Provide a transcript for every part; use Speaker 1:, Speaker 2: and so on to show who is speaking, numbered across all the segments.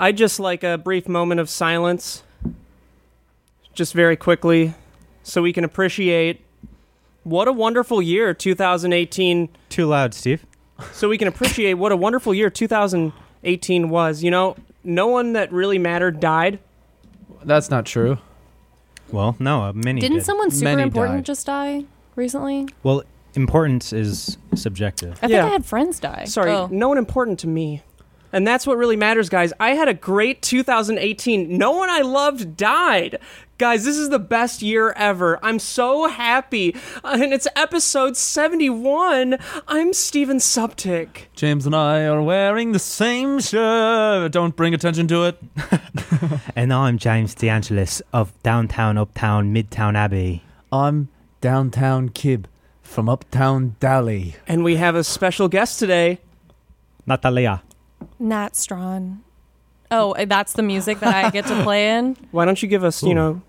Speaker 1: I'd just like a brief moment of silence, just very quickly, so we can appreciate what a wonderful year 2018.
Speaker 2: Too loud, Steve.
Speaker 1: So we can appreciate what a wonderful year 2018 was. You know, no one that really mattered died.
Speaker 3: That's not true.
Speaker 2: Well, no, uh, many
Speaker 4: Didn't
Speaker 2: did.
Speaker 4: someone super
Speaker 3: Many
Speaker 4: important
Speaker 3: died.
Speaker 4: just die recently?
Speaker 2: well, importance is subjective.
Speaker 4: I
Speaker 1: Yeah.
Speaker 4: think I had friends die.
Speaker 1: Sorry,
Speaker 4: Oh.
Speaker 1: no one important to me. And that's what really matters, guys. I had a great 2018. No one I loved died. Guys, this is the best year ever. I'm so happy. Uh, and it's episode 71. I'm Steven Suptic.
Speaker 3: James and I are wearing the same shirt. Don't bring attention to it.
Speaker 2: And I'm James DeAngelis of Downtown, Uptown, Midtown Abbey.
Speaker 3: I'm downtown Kib from uptown Dally.
Speaker 1: And we have a special guest today.
Speaker 2: Natalia.
Speaker 4: Nat Strawn. Oh, uh, that's the music that I get to play in.
Speaker 1: Why don't you give us, you
Speaker 2: Ooh.
Speaker 1: know,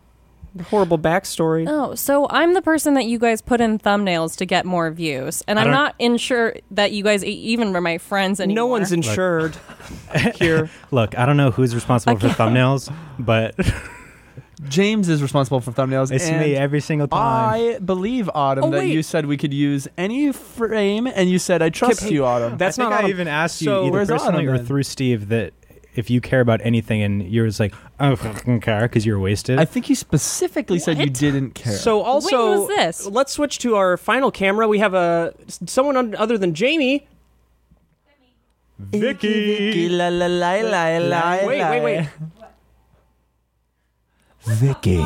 Speaker 1: the horrible backstory?
Speaker 4: Oh, so I'm the person that you guys put in thumbnails to get more views, and
Speaker 2: I
Speaker 4: I'm
Speaker 2: don't-
Speaker 4: not ensure that you guys e- even were my friends anymore.
Speaker 1: no one's insured here.
Speaker 2: Look, I don't know who's responsible for thumbnails, but
Speaker 3: James is responsible for thumbnails.
Speaker 2: it's
Speaker 3: and
Speaker 2: me every single time.
Speaker 3: I believe Autumn
Speaker 1: Oh,
Speaker 3: that
Speaker 1: wait.
Speaker 3: you said we could use any frame, and you said I trust
Speaker 1: Kip,
Speaker 3: you, Autumn.
Speaker 1: That's
Speaker 2: I think
Speaker 1: not
Speaker 2: I
Speaker 1: on a-
Speaker 2: even asked
Speaker 1: So-
Speaker 2: you either
Speaker 3: Where's Autumn
Speaker 2: personally or
Speaker 3: then?
Speaker 2: through Steve that if you care about anything and you're just like, I don't fucking care because you're wasted.
Speaker 3: I think you specifically said you
Speaker 4: What?
Speaker 3: didn't care.
Speaker 1: So also,
Speaker 4: was this?
Speaker 1: let's switch to our final camera. We have a someone un- other than Jamie.
Speaker 2: Vicky.
Speaker 3: la la la la la. eh.
Speaker 1: Wait, wait, wait.
Speaker 3: Vicky.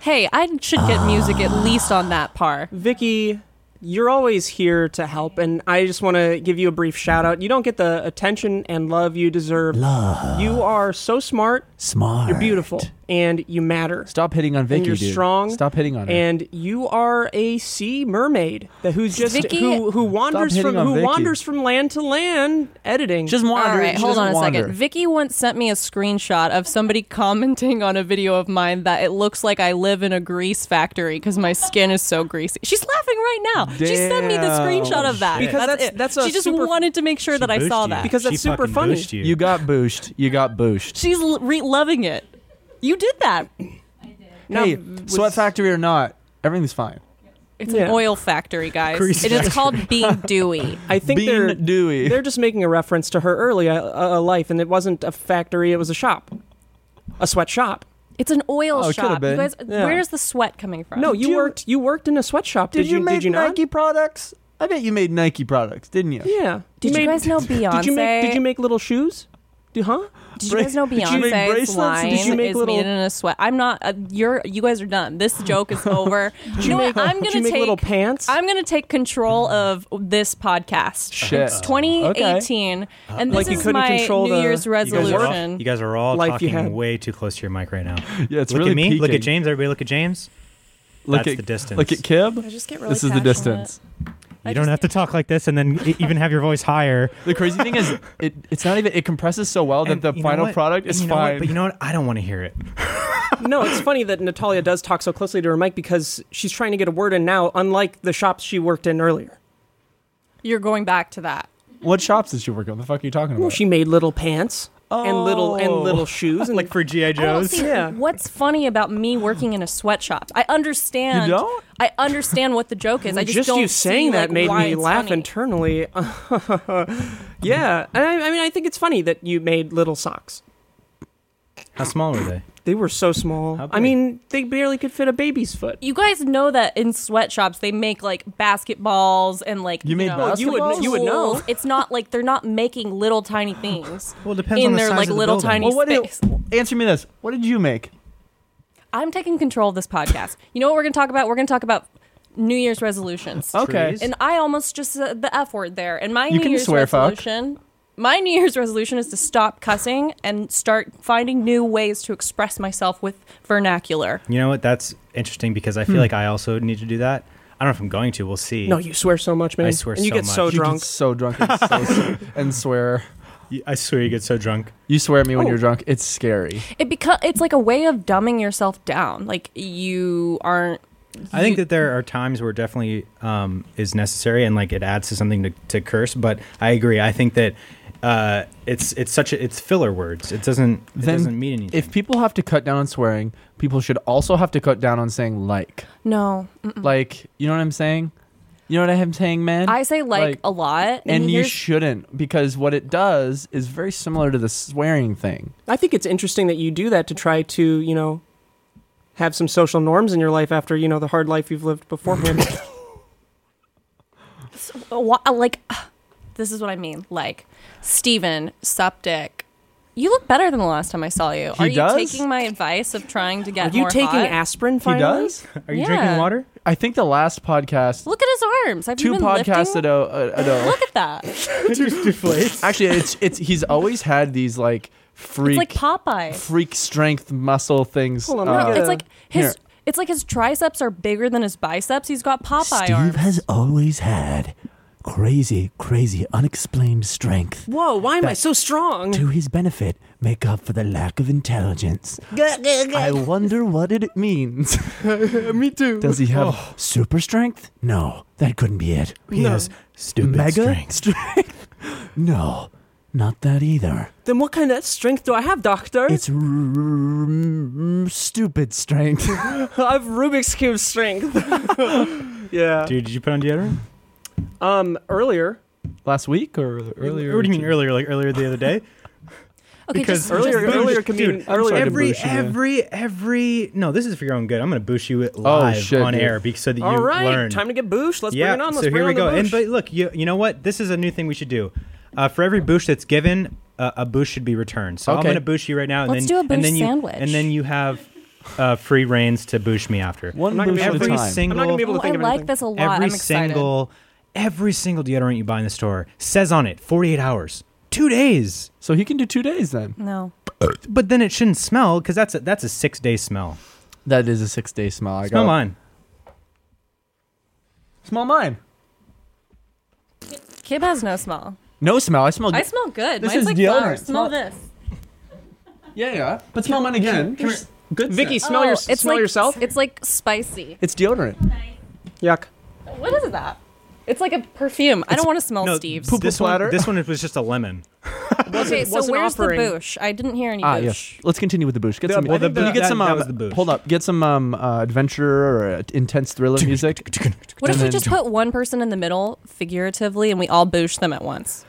Speaker 4: Hey, I should get music at least on that par.
Speaker 1: Vicky, you're always here to help, and I just want to give you a brief shout out. You don't get the attention and love you deserve. Love. You are so smart.
Speaker 3: Smart.
Speaker 1: You're beautiful, and you matter.
Speaker 3: Stop hitting on Vicky,
Speaker 1: and you're
Speaker 3: dude.
Speaker 1: strong.
Speaker 3: Stop hitting on her.
Speaker 1: And you are a sea mermaid that who's just
Speaker 4: Vicky-
Speaker 1: who who wanders
Speaker 3: hitting
Speaker 1: from
Speaker 3: on
Speaker 1: who
Speaker 3: Vicky.
Speaker 1: wanders from land to land editing.
Speaker 3: She doesn't wander.
Speaker 4: All right,
Speaker 3: she
Speaker 4: hold
Speaker 3: doesn't
Speaker 4: on a
Speaker 3: wander.
Speaker 4: second. Vicky once sent me a screenshot of somebody commenting on a video of mine that it looks like I live in a grease factory because my skin is so greasy. She's laughing right now. She sent me the
Speaker 3: Damn.
Speaker 4: screenshot of that.
Speaker 1: Because
Speaker 4: that's,
Speaker 1: that's-
Speaker 4: it.
Speaker 1: that's a
Speaker 4: she just
Speaker 1: super-
Speaker 4: wanted to make sure that I saw that.
Speaker 1: Because that's
Speaker 2: She
Speaker 1: super
Speaker 2: fucking
Speaker 1: funny.
Speaker 2: booshed You.
Speaker 3: You got booshed. You got booshed.
Speaker 4: She's l- re- loving it. You did that.
Speaker 1: Now,
Speaker 3: hey,
Speaker 1: was-
Speaker 3: sweat factory or not, everything's fine.
Speaker 4: It's
Speaker 1: Yeah.
Speaker 4: an oil factory, guys.
Speaker 2: Grease
Speaker 4: and it's called being dewy.
Speaker 1: I think
Speaker 3: Bean
Speaker 1: they're
Speaker 3: Dewey.
Speaker 1: they're just making a reference to her early uh, uh, life, and it wasn't a factory; it was a shop, a sweatshop.
Speaker 4: It's an oil
Speaker 3: Oh, it coulda
Speaker 4: shop. You
Speaker 3: been.
Speaker 4: guys,
Speaker 1: Yeah.
Speaker 4: where's the sweat coming from?
Speaker 1: No, you,
Speaker 3: you-
Speaker 1: worked you worked in a sweatshop. Did,
Speaker 3: Did, you, make
Speaker 1: did you not?
Speaker 3: Nike products? I bet you made Nike products, didn't you?
Speaker 1: Yeah.
Speaker 4: Did you
Speaker 1: made-
Speaker 4: guys know Beyonce?
Speaker 1: Did you make Did you make little shoes? Do, huh?
Speaker 4: Did you guys know
Speaker 3: Did you make bracelets?
Speaker 4: Beyonce's line
Speaker 1: Did you make
Speaker 4: is
Speaker 1: little-
Speaker 4: made in a sweat? I'm not. Uh, you're. You guys are done. This joke is over. you know what? I'm
Speaker 1: Did
Speaker 4: gonna
Speaker 1: you make
Speaker 4: take.
Speaker 1: little pants? Mm.
Speaker 4: I'm gonna take control of this podcast.
Speaker 3: Shit.
Speaker 4: It's 2018, and this
Speaker 1: Uh, Like you
Speaker 4: is
Speaker 1: couldn't
Speaker 4: my
Speaker 1: control
Speaker 4: New
Speaker 1: the-
Speaker 4: Year's
Speaker 1: You guys
Speaker 2: You guys, are all-
Speaker 4: resolution.
Speaker 2: you guys are all
Speaker 1: Life you had.
Speaker 2: talking way too close to your mic right now.
Speaker 3: Yeah, it's
Speaker 2: look
Speaker 3: really
Speaker 2: at me. Look
Speaker 3: peaking.
Speaker 2: at James. Everybody, look at James.
Speaker 3: Look
Speaker 2: That's
Speaker 3: at
Speaker 2: the distance.
Speaker 3: Look at Kib.
Speaker 4: I just get really
Speaker 3: this is the
Speaker 4: passionate.
Speaker 3: distance.
Speaker 2: You don't have to talk like this and then e- even have your voice higher.
Speaker 3: The crazy thing is, it, it's not even. It compresses so well
Speaker 2: And
Speaker 3: that
Speaker 2: you
Speaker 3: the
Speaker 2: know
Speaker 3: final
Speaker 2: what?
Speaker 3: product
Speaker 2: And
Speaker 3: is
Speaker 2: you know what?
Speaker 3: fine.
Speaker 2: But you know what? I don't want to hear it.
Speaker 1: no, it's funny that Natalia does talk so closely to her mic because she's trying to get a word in now, unlike the shops she worked in earlier.
Speaker 4: You're going back to that.
Speaker 3: what shops did you work on? The fuck are you talking about?
Speaker 1: Well, she made little pants and little and
Speaker 3: Oh.
Speaker 1: little shoes and
Speaker 2: for GI
Speaker 4: I don't see
Speaker 1: Yeah.
Speaker 4: what's funny about me working in a sweatshop. I understand.
Speaker 3: You don't?
Speaker 4: I understand what the joke is. I just,
Speaker 1: just,
Speaker 4: don't
Speaker 1: you saying
Speaker 4: see,
Speaker 1: that
Speaker 4: like,
Speaker 1: made
Speaker 4: why
Speaker 1: me
Speaker 4: it's
Speaker 1: laugh
Speaker 4: funny.
Speaker 1: internally. yeah, and I, I mean, I think it's funny that you made little socks.
Speaker 2: How small were they?
Speaker 1: They were so small.
Speaker 2: How big?
Speaker 1: I mean, they barely could fit a baby's foot.
Speaker 4: You guys know that in sweatshops they make like basketballs and like
Speaker 3: You made
Speaker 4: know,
Speaker 3: Well,
Speaker 1: you would- basketballs? you would know.
Speaker 4: tools. It's not like they're not making little tiny things.
Speaker 2: Well, it depends
Speaker 4: in
Speaker 2: on the
Speaker 4: their
Speaker 2: size
Speaker 4: like
Speaker 2: of the
Speaker 4: little
Speaker 2: building.
Speaker 4: tiny
Speaker 3: well, what did,
Speaker 4: space.
Speaker 3: answer me this. What did you make?
Speaker 4: I'm taking control of this podcast. You know what we're gonna talk about? We're gonna talk about New Year's resolutions.
Speaker 3: Okay.
Speaker 2: Trees?
Speaker 4: And I almost just said the F word there. And my
Speaker 3: You
Speaker 4: New
Speaker 3: can
Speaker 4: Year's
Speaker 3: swear, fuck.
Speaker 4: resolution. My New Year's resolution is to stop cussing and start finding new ways to express myself with vernacular.
Speaker 2: You know what? That's interesting because I feel
Speaker 3: Hmm.
Speaker 2: like I also need to do that. I don't know if I'm going to. We'll see.
Speaker 1: No, you swear so much, man.
Speaker 2: I swear
Speaker 1: and you
Speaker 2: so
Speaker 1: get so
Speaker 2: much.
Speaker 3: You get
Speaker 1: drunk.
Speaker 3: so drunk and, so, and swear.
Speaker 2: You- I swear you get so drunk.
Speaker 3: You swear at me when
Speaker 1: Oh.
Speaker 3: you're drunk. It's scary.
Speaker 4: It become it's like a way of dumbing yourself down. Like you aren't.
Speaker 2: I think
Speaker 4: you-
Speaker 2: that there are times where definitely um, is necessary and like it adds to something to, to curse. But I agree. I think that uh, it's it's such a, it's filler words. It doesn't it
Speaker 3: Then
Speaker 2: doesn't mean anything.
Speaker 3: If people have to cut down on swearing, people should also have to cut down on saying like.
Speaker 4: No. Mm, Mm-mm.
Speaker 3: Like, you know what I'm saying? You know what I'm saying, man?
Speaker 4: I say like,
Speaker 3: Like-
Speaker 4: a lot.
Speaker 3: and you
Speaker 4: here's-
Speaker 3: shouldn't because what it does is very similar to the swearing thing.
Speaker 1: I think it's interesting that you do that to try to, you know, have some social norms in your life after, you know, the hard life you've lived beforehand.
Speaker 4: Wha- uh, like this is what I mean. Like Steven, Septic. You look better than the last time I saw you.
Speaker 3: He
Speaker 4: Are you
Speaker 3: does?
Speaker 4: taking my advice of trying to
Speaker 1: Are
Speaker 4: get
Speaker 1: you
Speaker 4: more
Speaker 1: taking
Speaker 4: hot?
Speaker 1: aspirin finally?
Speaker 3: does?
Speaker 2: Are you
Speaker 4: Yeah.
Speaker 2: drinking water?
Speaker 3: I think the last podcast,
Speaker 4: Look at his arms. Have
Speaker 3: two
Speaker 4: you been
Speaker 3: podcasts
Speaker 4: lifting?
Speaker 3: ago, uh, ago
Speaker 4: Look at that. It's
Speaker 2: Just deflates.
Speaker 3: actually, it's it's he's always had these like freak
Speaker 4: like Popeye.
Speaker 3: freak strength muscle things.
Speaker 1: Hold on,
Speaker 3: uh,
Speaker 1: let me
Speaker 4: No,
Speaker 1: get
Speaker 4: it's like his.
Speaker 3: Here.
Speaker 4: It's like his triceps are bigger than his biceps. He's got Popeye
Speaker 5: Steve
Speaker 4: arms.
Speaker 5: has always had crazy, crazy, unexplained strength
Speaker 1: Whoa, why am I so strong?
Speaker 5: to his benefit, make up for the lack of intelligence.
Speaker 3: I wonder what it means. Me too. Does he have?
Speaker 5: Oh. Super strength? No, that couldn't be it. He
Speaker 1: No.
Speaker 5: has stupid
Speaker 3: Mega
Speaker 5: strength. no, not that either.
Speaker 1: Then what kind of strength do I have, doctor?
Speaker 5: It's r- r- r- stupid strength.
Speaker 1: I have Rubik's cube strength. yeah.
Speaker 2: Dude, did you put on deodorant?
Speaker 1: Um, earlier,
Speaker 3: Last week or earlier?
Speaker 2: What do you mean earlier? Like earlier the other day?
Speaker 4: Okay,
Speaker 2: because
Speaker 4: just,
Speaker 1: earlier,
Speaker 4: just-
Speaker 1: earlier, can
Speaker 2: dude,
Speaker 1: be
Speaker 3: I'm
Speaker 1: earlier.
Speaker 3: sorry to
Speaker 2: every
Speaker 3: boost you.
Speaker 2: every every no, this is for your own good. I'm gonna boost you live
Speaker 3: shit,
Speaker 2: on
Speaker 3: dude.
Speaker 2: air be- so that you
Speaker 1: All right,
Speaker 2: learn.
Speaker 1: time to get boosh. Let's
Speaker 2: yeah,
Speaker 1: bring it on. Let's
Speaker 2: so
Speaker 1: bring
Speaker 2: here we
Speaker 1: on the
Speaker 2: go. And
Speaker 1: boosh.
Speaker 2: but look, you you know what? This is a new thing we should do. Uh, for every boosh that's given, uh, a boosh should be returned. So I'm
Speaker 3: Okay.
Speaker 2: gonna boosh you right now, and
Speaker 4: Let's
Speaker 2: then
Speaker 4: do a
Speaker 2: and then
Speaker 4: boosh
Speaker 2: you
Speaker 4: sandwich.
Speaker 2: and then you have uh, free reigns to boosh me after.
Speaker 3: One
Speaker 1: I'm not gonna
Speaker 3: boost
Speaker 1: be
Speaker 3: at a
Speaker 1: able to-
Speaker 2: every
Speaker 3: time.
Speaker 1: I'm not gonna be
Speaker 2: single
Speaker 1: able to
Speaker 4: Oh, I
Speaker 1: think of
Speaker 4: like
Speaker 1: anything.
Speaker 4: this a lot.
Speaker 2: every
Speaker 4: I'm excited.
Speaker 2: single every single deodorant you buy in the store says on it 48 hours, two days.
Speaker 3: So he can do two days then.
Speaker 4: No.
Speaker 2: But then it shouldn't smell because that's a that's a six day smell.
Speaker 3: That is a six day smell. I
Speaker 2: Smell
Speaker 3: got
Speaker 2: mine.
Speaker 3: Smell mine.
Speaker 4: Kib has no smell.
Speaker 3: No smell. I smell.
Speaker 4: I smell good.
Speaker 3: This
Speaker 4: Mine's
Speaker 3: is
Speaker 4: like
Speaker 3: deodorant.
Speaker 4: flowers.
Speaker 3: It's
Speaker 4: Smell
Speaker 3: not-
Speaker 4: this.
Speaker 3: yeah, yeah. But smell mine again. There's Good.
Speaker 1: Vicky, smell
Speaker 4: Oh,
Speaker 1: your
Speaker 4: it's
Speaker 1: smell
Speaker 4: like,
Speaker 1: yourself.
Speaker 4: It's like spicy.
Speaker 3: It's deodorant.
Speaker 1: Yuck.
Speaker 4: What is that? It's like a perfume. I don't want to smell
Speaker 2: No,
Speaker 4: Steve's.
Speaker 3: poop-
Speaker 2: this one,
Speaker 3: platter?
Speaker 2: this one was just a lemon.
Speaker 4: okay, so
Speaker 1: what's an
Speaker 4: where's
Speaker 1: offering?
Speaker 4: the boosh? I didn't hear any
Speaker 3: Ah,
Speaker 4: boosh.
Speaker 3: yes. Let's continue with the boosh. Get
Speaker 2: The-
Speaker 3: some.
Speaker 2: well, the
Speaker 3: Can you
Speaker 2: boosh-
Speaker 3: get
Speaker 2: that-
Speaker 3: some.
Speaker 2: that
Speaker 3: um,
Speaker 2: was the boosh.
Speaker 3: Hold up. Get some um, uh, adventure or uh, intense thriller music.
Speaker 4: What if we just put one person in the middle, figuratively, and we all boosh them at once?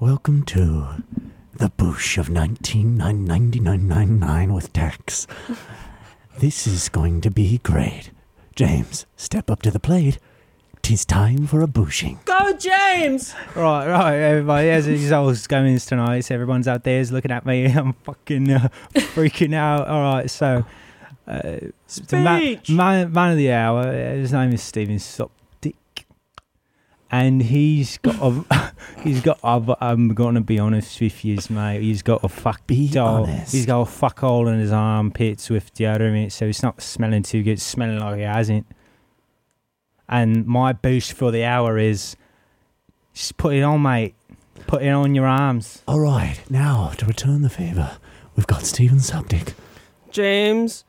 Speaker 5: Welcome to the Bush of 1999 with tax. This is going to be great. James, step up to the plate. Tis time for a bushing.
Speaker 1: Go, James.
Speaker 2: Right, right, everybody. As it's all goings tonight, so everyone's out there is looking at me. I'm fucking uh, freaking out. All right, so uh, the man,
Speaker 1: Speech.
Speaker 2: man, man of the hour. uh, His name is Stephen Sopdick, and he's got a he's got. A, I'm gonna be honest with you, mate. He's got a fuck
Speaker 5: Be
Speaker 2: hole.
Speaker 5: honest.
Speaker 2: He's got a fuck hole in his armpits with deodorant, so it's not smelling too good. It's smelling like he hasn't. And my boost for the hour is just put it on, mate. Put it on your arms.
Speaker 5: All right, now to return the favor, we've got Stephen Subdick.
Speaker 1: James,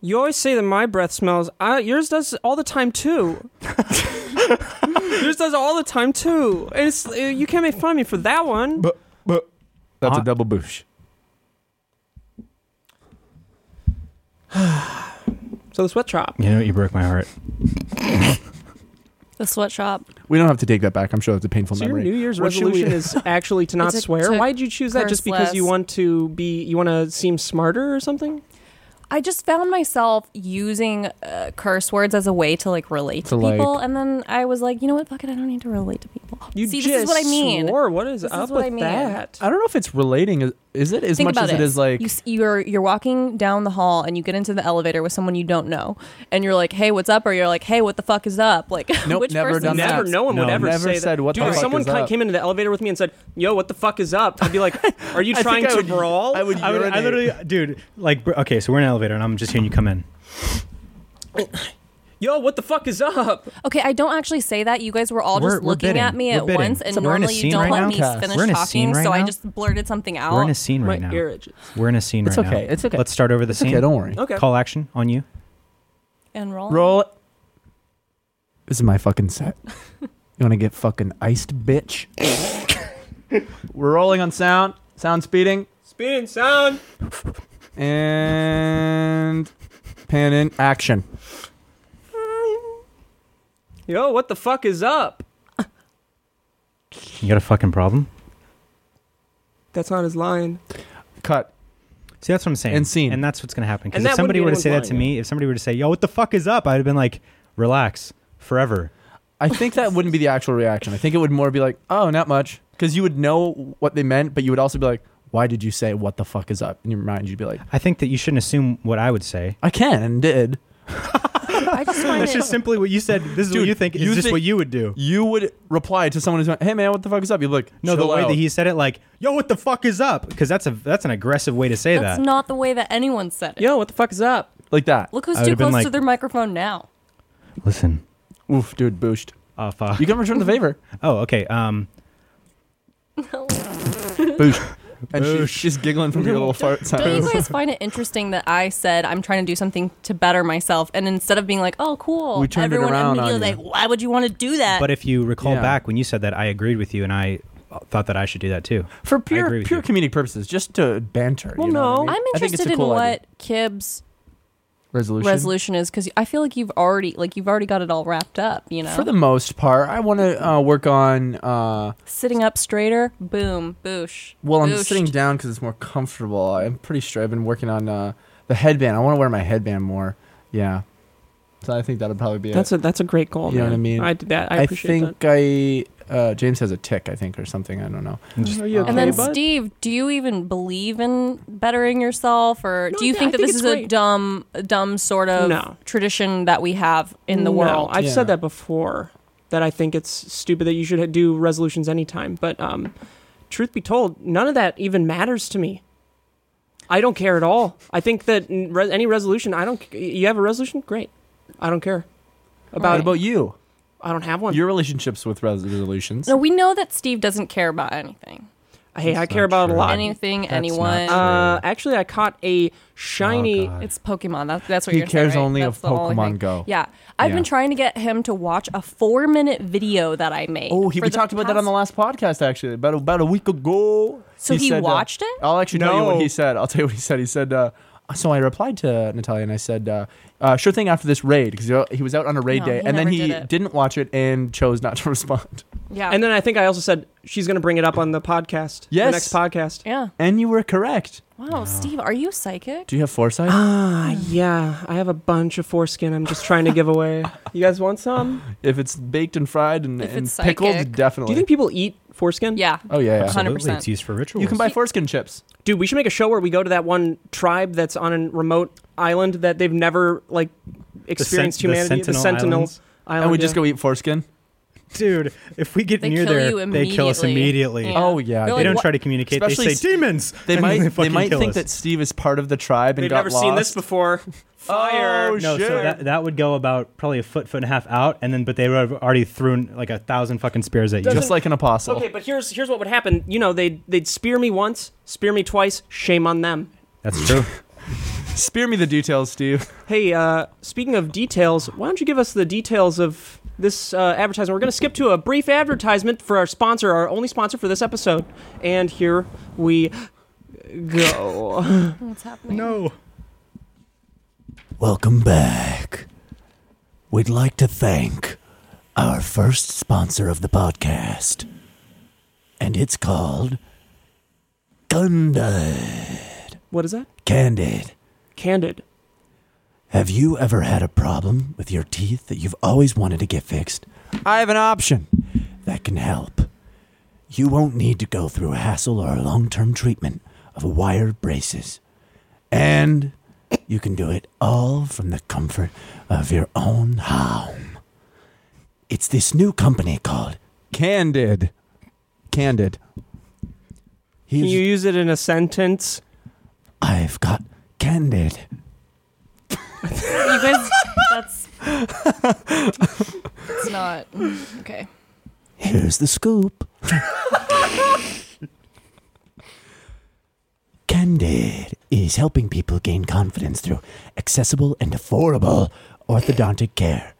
Speaker 1: you always say that my breath smells. I, yours does all the time too. yours does all the time too. And it's, uh, you can't make fun of me for that one.
Speaker 3: But but that's
Speaker 2: Uh,
Speaker 3: a double boosh.
Speaker 1: So the sweat drop.
Speaker 2: You know, you broke my heart.
Speaker 4: The sweatshop.
Speaker 3: We don't have to take that back. I'm sure that's a painful
Speaker 1: So your
Speaker 3: memory.
Speaker 1: New Year's
Speaker 3: What should we-
Speaker 1: resolution is actually to not
Speaker 4: It's a-
Speaker 1: swear.
Speaker 4: to
Speaker 1: Why did you choose that? Just
Speaker 4: curse
Speaker 1: because you
Speaker 4: less.
Speaker 1: want to be, you want to seem smarter or something?
Speaker 4: I just found myself using uh, curse words as a way to like relate to,
Speaker 3: To, like-
Speaker 4: people, and then I was like, you know what, fuck it, I don't need to relate to people.
Speaker 1: You
Speaker 4: See,
Speaker 1: just
Speaker 4: this is what I mean.
Speaker 1: swore. What is
Speaker 4: This
Speaker 1: up
Speaker 4: is what
Speaker 1: with
Speaker 4: I mean.
Speaker 1: that?
Speaker 3: I don't know if it's relating. is- Is it as
Speaker 4: Think
Speaker 3: much
Speaker 4: about
Speaker 3: as it is like?
Speaker 4: you, s- you're you're walking down the hall and you get into the elevator with someone you don't know, and you're like, hey, what's up? Or you're like, hey, what the fuck is up? Like,
Speaker 3: Nope,
Speaker 4: which
Speaker 3: never
Speaker 4: person's
Speaker 3: done
Speaker 4: up?
Speaker 1: Never,
Speaker 3: that.
Speaker 1: no one would
Speaker 2: No.
Speaker 1: ever
Speaker 3: Never
Speaker 1: say
Speaker 3: said,
Speaker 1: that.
Speaker 3: "What the
Speaker 1: Dude, if
Speaker 3: fuck
Speaker 1: someone
Speaker 3: is
Speaker 1: ki-
Speaker 3: up?"
Speaker 1: came into the elevator with me and said, "Yo, what the fuck is up?" I'd be like, "Are you
Speaker 3: I think
Speaker 1: trying
Speaker 3: I
Speaker 1: to
Speaker 3: would-
Speaker 1: brawl?"
Speaker 3: I would.
Speaker 2: I, would, I
Speaker 3: urinate.
Speaker 2: literally, dude, like, br- okay, so we're in an elevator and I'm just hearing you come in.
Speaker 1: Yo, what the fuck is up?
Speaker 4: Okay, I don't actually say that. You guys were all
Speaker 2: We're-
Speaker 4: just
Speaker 2: we're
Speaker 4: looking
Speaker 2: bidding.
Speaker 4: at me
Speaker 2: We're
Speaker 4: at
Speaker 2: bidding.
Speaker 4: once,
Speaker 2: It's
Speaker 4: and
Speaker 2: a- we're in a
Speaker 4: normally you
Speaker 2: scene
Speaker 4: don't
Speaker 2: right
Speaker 4: let
Speaker 2: now,
Speaker 4: me
Speaker 3: Cass.
Speaker 4: finish
Speaker 2: We're in a
Speaker 4: talking,
Speaker 2: scene right
Speaker 4: so I
Speaker 2: now?
Speaker 4: just blurted something out.
Speaker 2: We're in a scene right
Speaker 1: My
Speaker 2: now.
Speaker 1: ear itches.
Speaker 2: We're in a scene
Speaker 3: It's
Speaker 2: right
Speaker 3: okay,
Speaker 2: now.
Speaker 3: it's okay.
Speaker 2: Let's start over the
Speaker 3: It's
Speaker 2: scene.
Speaker 3: okay. Don't worry.
Speaker 1: Okay.
Speaker 2: Call action on you.
Speaker 4: and roll.
Speaker 3: Roll it. This is my fucking set. You want to get fucking iced, bitch? We're rolling on sound. Sound speeding.
Speaker 1: Speed and sound.
Speaker 3: And pan in action.
Speaker 1: Yo, what the fuck is up?
Speaker 2: You got a fucking problem?
Speaker 1: That's not his line.
Speaker 3: Cut.
Speaker 2: See, that's what I'm saying.
Speaker 3: And scene.
Speaker 2: And that's what's going to happen. Because
Speaker 1: And
Speaker 2: if
Speaker 1: that
Speaker 2: somebody were
Speaker 1: wouldn't
Speaker 2: to
Speaker 1: be
Speaker 2: say that to
Speaker 1: anyone's
Speaker 2: me, if somebody were to say, yo, what the fuck is up? I'd have been like, relax forever.
Speaker 3: I think that wouldn't be the actual reaction. I think it would more be like, oh, not much. Because you would know what they meant, but you would also be like, why did you say what the fuck is up? In your mind, you'd be like,
Speaker 2: I think that you shouldn't assume what I would say.
Speaker 3: I can and did.
Speaker 4: I just find
Speaker 2: That's
Speaker 4: it.
Speaker 2: just simply what you said. This is
Speaker 3: Dude,
Speaker 2: what you think. Is
Speaker 3: you
Speaker 2: just
Speaker 3: think-
Speaker 2: what you would do?
Speaker 3: You would reply to someone who's like, hey, man, what the fuck is up? You'd be like,
Speaker 2: No, the
Speaker 3: "Chill
Speaker 2: way
Speaker 3: out."
Speaker 2: that he said it, like, "Yo, what the fuck is up?" Because that's a that's an aggressive way to say
Speaker 4: that's
Speaker 2: that.
Speaker 4: not the way that anyone said it.
Speaker 1: Yo, what the fuck is up?
Speaker 3: Like that.
Speaker 4: Look who's
Speaker 2: I
Speaker 4: too
Speaker 2: would've been
Speaker 4: close
Speaker 2: like-
Speaker 4: to their microphone now.
Speaker 2: Listen,
Speaker 3: Oof, dude, booshed.
Speaker 2: oh fuck.
Speaker 3: You can return the favor.
Speaker 2: Oh, okay. Um,
Speaker 3: Boosh. And she,
Speaker 2: Boosh.
Speaker 3: she's giggling from your little fart
Speaker 4: Don't
Speaker 3: sound.
Speaker 4: you guys find it interesting that I said I'm trying to do something to better myself, and instead of being like, "Oh, cool,"
Speaker 3: We turned it
Speaker 4: everyone
Speaker 3: around on
Speaker 4: immediately
Speaker 3: you.
Speaker 4: like, "Why would you want to do that?"
Speaker 2: but if you recall
Speaker 3: Yeah.
Speaker 2: back when you said that, I agreed with you, and I thought that I should do that too.
Speaker 3: For
Speaker 2: agree
Speaker 3: pure
Speaker 2: with
Speaker 3: pure
Speaker 2: you.
Speaker 3: comedic purposes, just to banter.
Speaker 1: Well,
Speaker 3: you know
Speaker 1: no.
Speaker 3: what I mean?
Speaker 4: I'm
Speaker 3: I think it's
Speaker 4: interested
Speaker 3: a cool
Speaker 4: in what
Speaker 3: idea.
Speaker 4: Kib's
Speaker 3: resolution.
Speaker 4: resolution is because I feel like you've already like you've already got it all wrapped up. You know,
Speaker 3: For the most part, I want to uh, work on. Uh,
Speaker 4: sitting up straighter, boom, boosh.
Speaker 3: well, I'm
Speaker 4: booshed.
Speaker 3: sitting down because it's more comfortable. I'm pretty sure I've been working on uh, the headband. I want to wear my headband more. Yeah. So I think that'll probably be
Speaker 1: That's
Speaker 3: it.
Speaker 1: a that's a great goal.
Speaker 3: You know
Speaker 1: man.
Speaker 3: what I mean?
Speaker 1: I did that. I,
Speaker 3: I
Speaker 1: appreciate
Speaker 3: think I. Uh, James has a tick, I think, or something. I don't know.
Speaker 4: Mm-hmm.
Speaker 1: that. Are you okay,
Speaker 4: And then
Speaker 1: bud?
Speaker 4: Steve, do you even believe in bettering yourself, or
Speaker 1: No,
Speaker 4: do you
Speaker 1: I
Speaker 4: think that
Speaker 1: think
Speaker 4: this
Speaker 1: it's
Speaker 4: is a
Speaker 1: great.
Speaker 4: dumb, dumb sort of
Speaker 1: No.
Speaker 4: tradition that we have in the
Speaker 1: No,
Speaker 4: world?
Speaker 1: I've
Speaker 3: Yeah.
Speaker 1: said that before. That I think it's stupid that you should do resolutions anytime. But um, truth be told, none of that even matters to me. I don't care at all. I think that n- re- any resolution, I don't. c- You have a resolution, great. I don't care about.
Speaker 3: What about you?
Speaker 1: I don't have one.
Speaker 3: Your relationships with resolutions.
Speaker 4: no, we know that Steve doesn't care about anything,
Speaker 1: hey, I
Speaker 2: That's
Speaker 1: care
Speaker 2: not
Speaker 1: about it a
Speaker 2: true.
Speaker 1: lot.
Speaker 4: anything,
Speaker 2: That's
Speaker 3: Ah.
Speaker 4: anyone.
Speaker 2: not-
Speaker 1: Uh, actually, I caught a shiny.
Speaker 3: Oh,
Speaker 2: God.
Speaker 4: It's Pokemon. That, that's what
Speaker 3: He
Speaker 4: you're saying,
Speaker 3: cares
Speaker 4: right?
Speaker 3: only
Speaker 4: That's
Speaker 3: of
Speaker 4: the only
Speaker 3: Pokemon
Speaker 4: thing.
Speaker 3: Go.
Speaker 4: Yeah, I've
Speaker 3: Yeah.
Speaker 4: been trying to get him to watch a four-minute video that I made.
Speaker 3: Oh, he,
Speaker 4: for
Speaker 3: we
Speaker 4: the
Speaker 3: talked about that on the
Speaker 4: past-
Speaker 3: last podcast actually, about about a week ago.
Speaker 4: So he
Speaker 3: said, uh,
Speaker 4: watched it?
Speaker 3: I'll actually tell you what
Speaker 1: No.
Speaker 3: he said. I'll tell you what he said. He said. Uh, so I replied to Natalia and I said, uh, uh, "Sure thing." After this raid, because he was out on a raid
Speaker 4: No,
Speaker 3: day,
Speaker 4: he
Speaker 3: and then
Speaker 4: never
Speaker 3: he
Speaker 4: did it.
Speaker 3: not watch it and chose not to respond.
Speaker 4: Yeah,
Speaker 1: And then I think I also said she's going to bring it up on the podcast.
Speaker 3: Yes.
Speaker 1: The next podcast.
Speaker 4: yeah.
Speaker 3: And you were correct.
Speaker 4: Wow, Steve, are you psychic?
Speaker 3: Do you have foresight?
Speaker 1: Ah, yeah. I have a bunch of foreskin I'm just trying to give away. You guys want some?
Speaker 3: if it's baked and fried and,
Speaker 4: If
Speaker 3: and
Speaker 4: it's
Speaker 3: pickled,
Speaker 4: psychic.
Speaker 1: Do
Speaker 3: definitely.
Speaker 1: you think people eat foreskin?
Speaker 4: Yeah.
Speaker 3: oh yeah, yeah.
Speaker 4: Hundred
Speaker 2: Absolutely,
Speaker 4: percent.
Speaker 2: it's used for rituals.
Speaker 3: You can buy foreskin chips.
Speaker 1: Dude, we should make a show where we go to that one tribe that's on a remote island that they've never, like,
Speaker 2: The sen-
Speaker 1: experienced
Speaker 2: the
Speaker 1: humanity. the Sentinel
Speaker 2: Islands.
Speaker 1: Island.
Speaker 3: And we just
Speaker 1: yeah.
Speaker 3: go eat foreskin.
Speaker 2: dude. If we get
Speaker 4: They
Speaker 2: near
Speaker 4: kill
Speaker 2: there,
Speaker 4: you
Speaker 2: they kill us
Speaker 4: immediately.
Speaker 2: immediately.
Speaker 4: Yeah.
Speaker 3: Oh yeah.
Speaker 4: They're
Speaker 2: They
Speaker 4: Like,
Speaker 2: don't
Speaker 4: what-
Speaker 2: try to communicate. They
Speaker 3: Especially
Speaker 2: say
Speaker 3: s-
Speaker 2: demons.
Speaker 3: They
Speaker 2: and
Speaker 3: might
Speaker 2: then
Speaker 3: they
Speaker 2: fucking
Speaker 3: might
Speaker 2: kill
Speaker 3: think
Speaker 2: us.
Speaker 3: that Steve is part of the tribe and
Speaker 1: They've
Speaker 3: got
Speaker 1: never seen this
Speaker 3: lost.
Speaker 1: before. Fire.
Speaker 3: Oh,
Speaker 2: No, so
Speaker 3: Sure.
Speaker 2: that, that would go about probably a foot, foot and a half out, and then but they would have already thrown like a thousand fucking spears at you.
Speaker 3: just like an apostle.
Speaker 1: Okay, but here's here's what would happen. You know, they'd they'd spear me once, spear me twice. Shame on them.
Speaker 2: That's true.
Speaker 3: Spear me the details, Steve.
Speaker 1: Hey, uh, speaking of details, why don't you give us the details of this uh, advertisement? We're going to skip to a brief advertisement for our sponsor, our only sponsor for this episode. And here we go.
Speaker 4: What's happening?
Speaker 2: no.
Speaker 5: Welcome back. We'd like to thank our first sponsor of the podcast, and it's called Gundad
Speaker 1: what is that?
Speaker 5: Candid.
Speaker 1: Candid.
Speaker 5: Have you ever had a problem with your teeth that you've always wanted to get fixed? I have an option that can help. You won't need to go through a hassle or a long term treatment of wired braces. And you can do it all from the comfort of your own home. It's this new company called
Speaker 3: Candid. Candid.
Speaker 1: Can you
Speaker 5: Here's-
Speaker 1: use it in a sentence?
Speaker 5: I've Got Candid.
Speaker 4: You guys, that's. it's not. Okay.
Speaker 5: Here's the scoop. Candid is helping people gain confidence through accessible and affordable orthodontic care.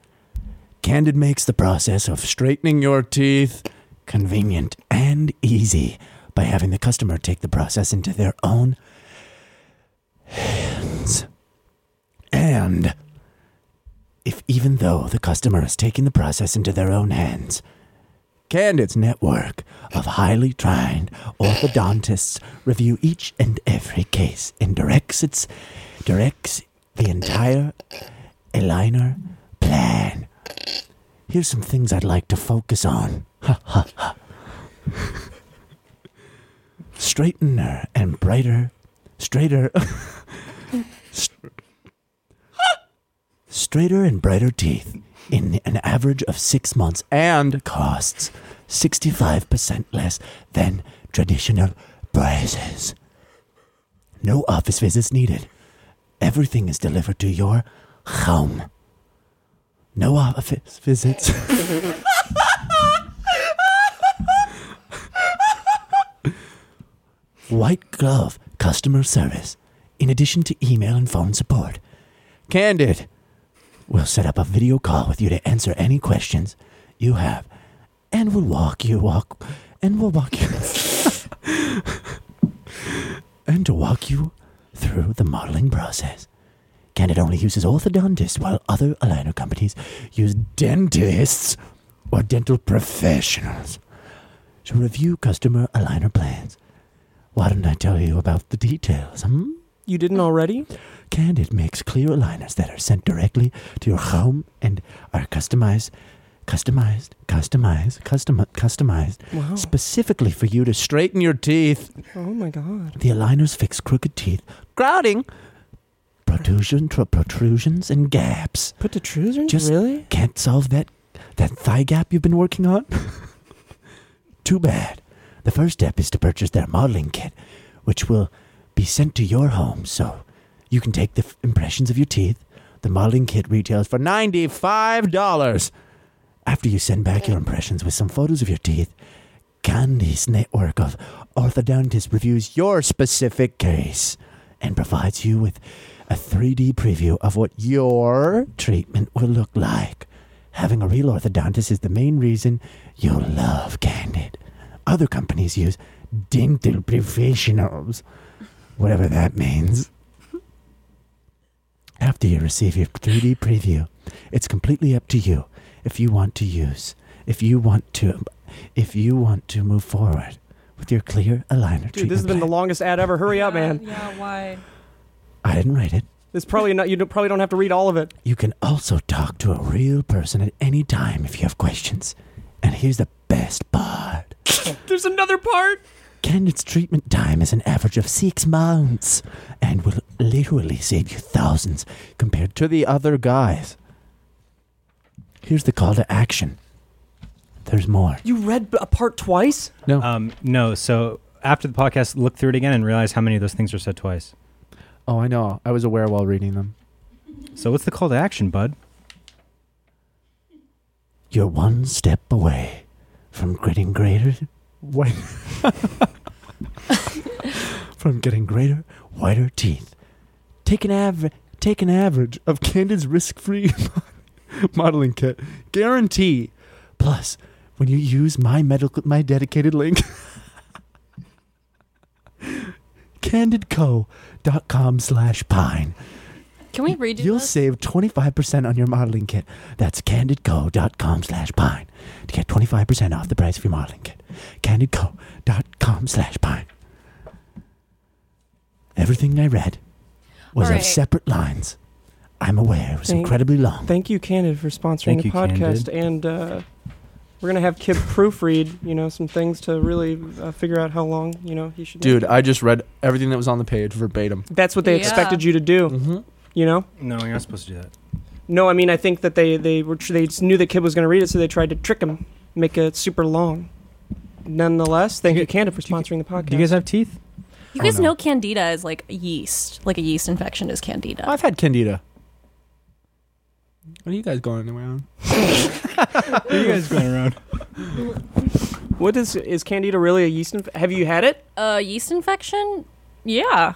Speaker 5: Candid makes the process of
Speaker 3: Straightening your teeth
Speaker 5: convenient, and easy by having the customer take the process into their own hands. And if even though the customer is taking the process into their own hands, Candid's network of highly trained orthodontists review each and every case and directs its directs the entire aligner plan. Here's some things I'd like to focus on. Ha, ha, ha. Straightener and brighter, straighter, St- straighter and brighter teeth in an average of six months and costs 65% less than traditional braces. No office visits needed. Everything is delivered to your home. No office visits. White glove customer service, in addition to email and phone support. Candid will set up a video call with you to answer any questions you have, and will walk you walk, and will walk you, and to walk you through the modeling process. Candid only uses orthodontists, while other aligner companies use dentists or dental professionals to review customer aligner plans. Why didn't I tell you about the details? Hmm?
Speaker 1: You didn't already?
Speaker 5: Candid makes clear aligners that are sent directly to your home and are customized, customized, customized, custom, customized
Speaker 1: Wow.
Speaker 5: specifically for you to straighten your teeth.
Speaker 1: Oh my god.
Speaker 5: The aligners fix crooked teeth, crowding, protrusion, tr- protrusions, and gaps.
Speaker 1: Put the truthers?
Speaker 5: Just-
Speaker 1: really?
Speaker 5: Can't solve that that thigh gap you've been working on? Too bad. The first step is to purchase their modeling kit, which will be sent to your home so you can take the f- impressions of your teeth. The modeling kit retails for $95. After you send back your impressions with some photos of your teeth, Candy's network of orthodontists reviews your specific case and provides you with a 3D preview of what your treatment will look like. Having a real orthodontist is the main reason you'll love Candid. Other companies use dental professionals, whatever that means. After you receive your 3D preview, it's completely up to you if you want to use, if you want to, if you want to move forward with your clear aligner
Speaker 1: Dude, this has
Speaker 5: treatment
Speaker 1: been the
Speaker 5: plan.
Speaker 1: longest ad ever. Hurry up, man.
Speaker 4: Yeah, why?
Speaker 5: I didn't write it.
Speaker 1: This probably not you don't- probably don't have to read all of it.
Speaker 5: You can also talk to a real person at any time if you have questions. And here's the best part.
Speaker 1: There's another part.
Speaker 5: Candidate's treatment time is an average of six months and will literally save you thousands compared to the other guys. Here's the call to action. There's more.
Speaker 1: You read a part twice?
Speaker 2: Um, no, so after the podcast, look through it again and realize how many of those things are said twice.
Speaker 3: Oh, I know. I was aware while reading them.
Speaker 2: So what's the call to action, bud?
Speaker 5: You're one step away from getting greater. White. from getting greater, whiter teeth.
Speaker 3: Take an average. Take an average of Candid's risk-free modeling kit. Guarantee.
Speaker 5: Plus, when you use my medical, my dedicated link, candidco.com slash pine,
Speaker 4: Can we read you
Speaker 5: you'll save 25% on your modeling kit. That's candidco.com slash pine to get 25% off the price of your modeling kit. candidco.com slash pine. Everything I read was
Speaker 4: All
Speaker 5: of
Speaker 4: right.
Speaker 5: separate lines. I'm aware it was
Speaker 1: Thank-
Speaker 5: incredibly long.
Speaker 1: Thank you, Candid, for sponsoring
Speaker 2: Thank
Speaker 1: the
Speaker 2: you,
Speaker 1: podcast. And uh, we're gonna have Kip proofread, you know, some things to really uh, figure out how long, you know, he should.
Speaker 3: Dude, I just read everything that was on the page verbatim.
Speaker 1: that's what they
Speaker 4: Yeah.
Speaker 1: expected you to do.
Speaker 3: Mm-hmm.
Speaker 1: You know?
Speaker 2: No, you're not supposed to do that.
Speaker 1: No, I mean, I think that they they were tr- they just knew that Kip was gonna read it, so they tried to trick him, make it super long. Nonetheless, thank
Speaker 2: Do
Speaker 1: you,
Speaker 2: you
Speaker 1: Candid, for
Speaker 2: do you-
Speaker 1: sponsoring the podcast.
Speaker 2: Do you guys have teeth?
Speaker 4: You guys
Speaker 3: Oh, no.
Speaker 4: know candida is like yeast, like a yeast infection is candida.
Speaker 3: I've had candida. What are you guys going anywhere on?
Speaker 2: What are you guys going around?
Speaker 1: what is is Candida really a yeast? Inf- have you had it?
Speaker 4: Uh, yeast infection? Yeah.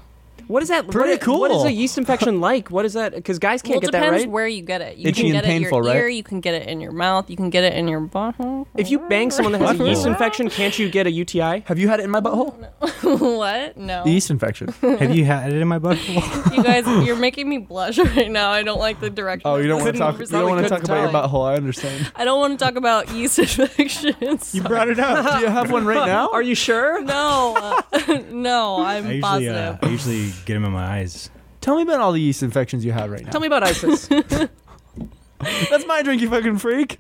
Speaker 1: What is that?
Speaker 3: Pretty
Speaker 1: what, What is
Speaker 3: cool.
Speaker 1: a yeast infection like? What is that? Because guys
Speaker 4: well,
Speaker 1: can't
Speaker 4: it
Speaker 1: get that
Speaker 4: depends
Speaker 1: right.
Speaker 4: where you get it. You
Speaker 3: Itchy
Speaker 4: can
Speaker 3: and
Speaker 4: get
Speaker 3: painful,
Speaker 4: it in your ear,
Speaker 3: right?
Speaker 4: you can get it in your mouth, you can get it in your butthole.
Speaker 1: if you bang someone that has a
Speaker 3: Butthole.
Speaker 1: yeast infection, can't you get a UTI?
Speaker 3: Have you had it in my butthole?
Speaker 4: what? No.
Speaker 3: The yeast infection.
Speaker 2: Have you had it in my butt?
Speaker 4: you guys, you're making me blush right now. I don't like the direction.
Speaker 3: Oh, you don't
Speaker 4: this
Speaker 3: want to talk. You
Speaker 4: conversation
Speaker 3: don't want to
Speaker 4: is
Speaker 3: talk about your
Speaker 4: going.
Speaker 3: butthole. I understand.
Speaker 4: I don't want to talk about yeast infections.
Speaker 2: you brought it up.
Speaker 3: Do you have one right now?
Speaker 1: Are you sure?
Speaker 4: no, uh, no, I'm
Speaker 2: I usually,
Speaker 4: positive.
Speaker 2: uh, I usually get them in my eyes.
Speaker 3: Tell me about all the yeast infections you have right now.
Speaker 1: Tell me about ISIS.
Speaker 3: That's my drink, you fucking freak.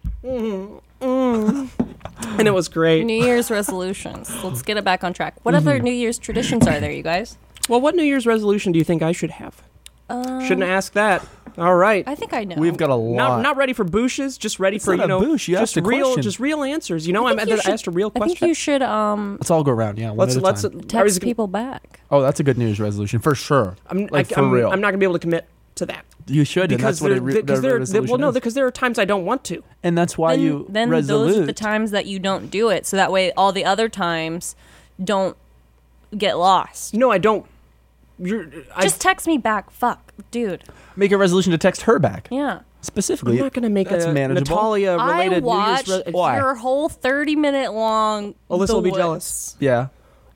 Speaker 1: and it was great.
Speaker 4: New Year's resolutions. Let's get it back on track. What
Speaker 3: Mm-hmm.
Speaker 4: other New Year's traditions are there, you guys?
Speaker 1: Well, what New Year's resolution do you think I should have? Shouldn't ask that. All right.
Speaker 4: Um, I think I know.
Speaker 3: We've got a lot.
Speaker 1: Not, not ready for bushes, just ready
Speaker 3: It's
Speaker 1: for
Speaker 3: not
Speaker 1: you
Speaker 3: a
Speaker 1: know
Speaker 3: boosh, you
Speaker 1: just
Speaker 3: asked a
Speaker 1: real
Speaker 3: question.
Speaker 1: just real answers. You know, I'm,
Speaker 4: think you
Speaker 1: I
Speaker 4: should-
Speaker 1: asked a real
Speaker 4: I think
Speaker 1: question.
Speaker 4: you should um
Speaker 3: Let's all go around. Yeah, one
Speaker 1: let's
Speaker 3: at a
Speaker 1: let's
Speaker 3: time.
Speaker 1: I was
Speaker 4: text
Speaker 1: gonna-
Speaker 4: people back.
Speaker 3: Oh, that's a good news resolution for sure.
Speaker 1: I'm,
Speaker 3: like
Speaker 1: I,
Speaker 3: for
Speaker 1: am
Speaker 3: real.
Speaker 1: I'm not gonna be able to commit to that
Speaker 3: You should, and
Speaker 1: because
Speaker 3: that's what
Speaker 1: there,
Speaker 3: a re-
Speaker 1: th- 'cause
Speaker 3: the
Speaker 1: there-
Speaker 3: resolution
Speaker 1: well no
Speaker 3: is.
Speaker 1: because there are times I don't want to.
Speaker 3: and that's why
Speaker 4: then,
Speaker 3: you
Speaker 4: then
Speaker 3: resolute.
Speaker 4: those are the times that you don't do it. So that way, all the other times don't get lost.
Speaker 1: No, I don't. You're I,
Speaker 4: Just text me back. Fuck, dude.
Speaker 3: Make a resolution to text her back
Speaker 4: Yeah.
Speaker 3: specifically.
Speaker 1: I'm not gonna make
Speaker 3: that's
Speaker 1: a
Speaker 3: manageable.
Speaker 1: Natalia
Speaker 4: I
Speaker 1: related
Speaker 4: watched
Speaker 1: New Year's re-
Speaker 3: Why?
Speaker 4: your whole 30 minute long.
Speaker 1: Alyssa
Speaker 4: The
Speaker 1: will be
Speaker 4: Woods.
Speaker 1: jealous.
Speaker 3: Yeah.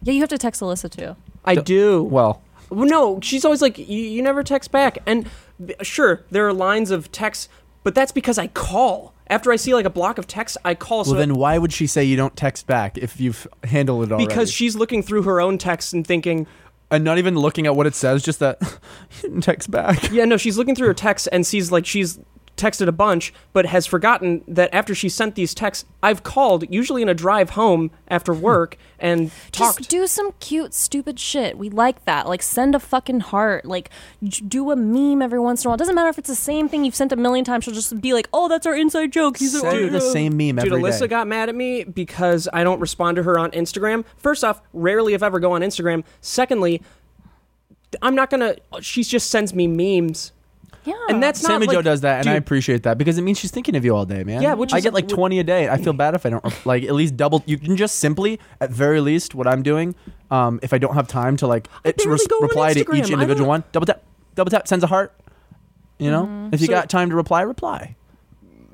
Speaker 4: Yeah, you have to text Alyssa too.
Speaker 1: I do.
Speaker 3: Well,
Speaker 1: Well, no, she's always like, you, you never text back. And b- sure, there are lines of text, but that's because I call. After I see like a block of text, I call.
Speaker 3: well,
Speaker 1: so
Speaker 3: then why would she say you don't text back if you've handled it already?
Speaker 1: because she's looking through her own text and thinking,
Speaker 3: and not even looking at what it says, just that you didn't text back.
Speaker 1: yeah, no, she's looking through her text and sees like she's texted a bunch, but has forgotten that after she sent these texts, I've called, usually in a drive home after work, and talked.
Speaker 4: Just do some cute, stupid shit. We like that. Like, send a fucking heart. Like, j- do a meme every once in a while. doesn't matter if it's the same thing you've sent a million times. She'll just be like, oh, that's our inside joke. He's
Speaker 3: Send
Speaker 4: a,
Speaker 3: the same meme
Speaker 1: Dude,
Speaker 3: every
Speaker 1: Alyssa
Speaker 3: day.
Speaker 1: got mad at me because I don't respond to her on Instagram. First off, rarely if ever go on Instagram. Secondly, I'm not gonna. She just sends me memes,
Speaker 4: yeah.
Speaker 1: and that's not.
Speaker 3: Sammy
Speaker 1: like,
Speaker 3: Joe Ah. does that, and I
Speaker 1: dude,
Speaker 3: appreciate that because it means she's thinking of you all day, man.
Speaker 1: Yeah, which
Speaker 3: I
Speaker 1: is-
Speaker 3: get like
Speaker 1: wh-
Speaker 3: twenty a day. I feel bad if I don't like at least double. You can just simply, at very least, what I'm doing, um, if I don't have time to like it's
Speaker 1: barely
Speaker 3: res-
Speaker 1: go on
Speaker 3: reply to
Speaker 1: Instagram.
Speaker 3: each
Speaker 1: I
Speaker 3: individual
Speaker 1: don't-
Speaker 3: one, double tap, double tap, sends a heart. You know, if you
Speaker 1: Mm-hmm. So-
Speaker 3: got time to reply, reply.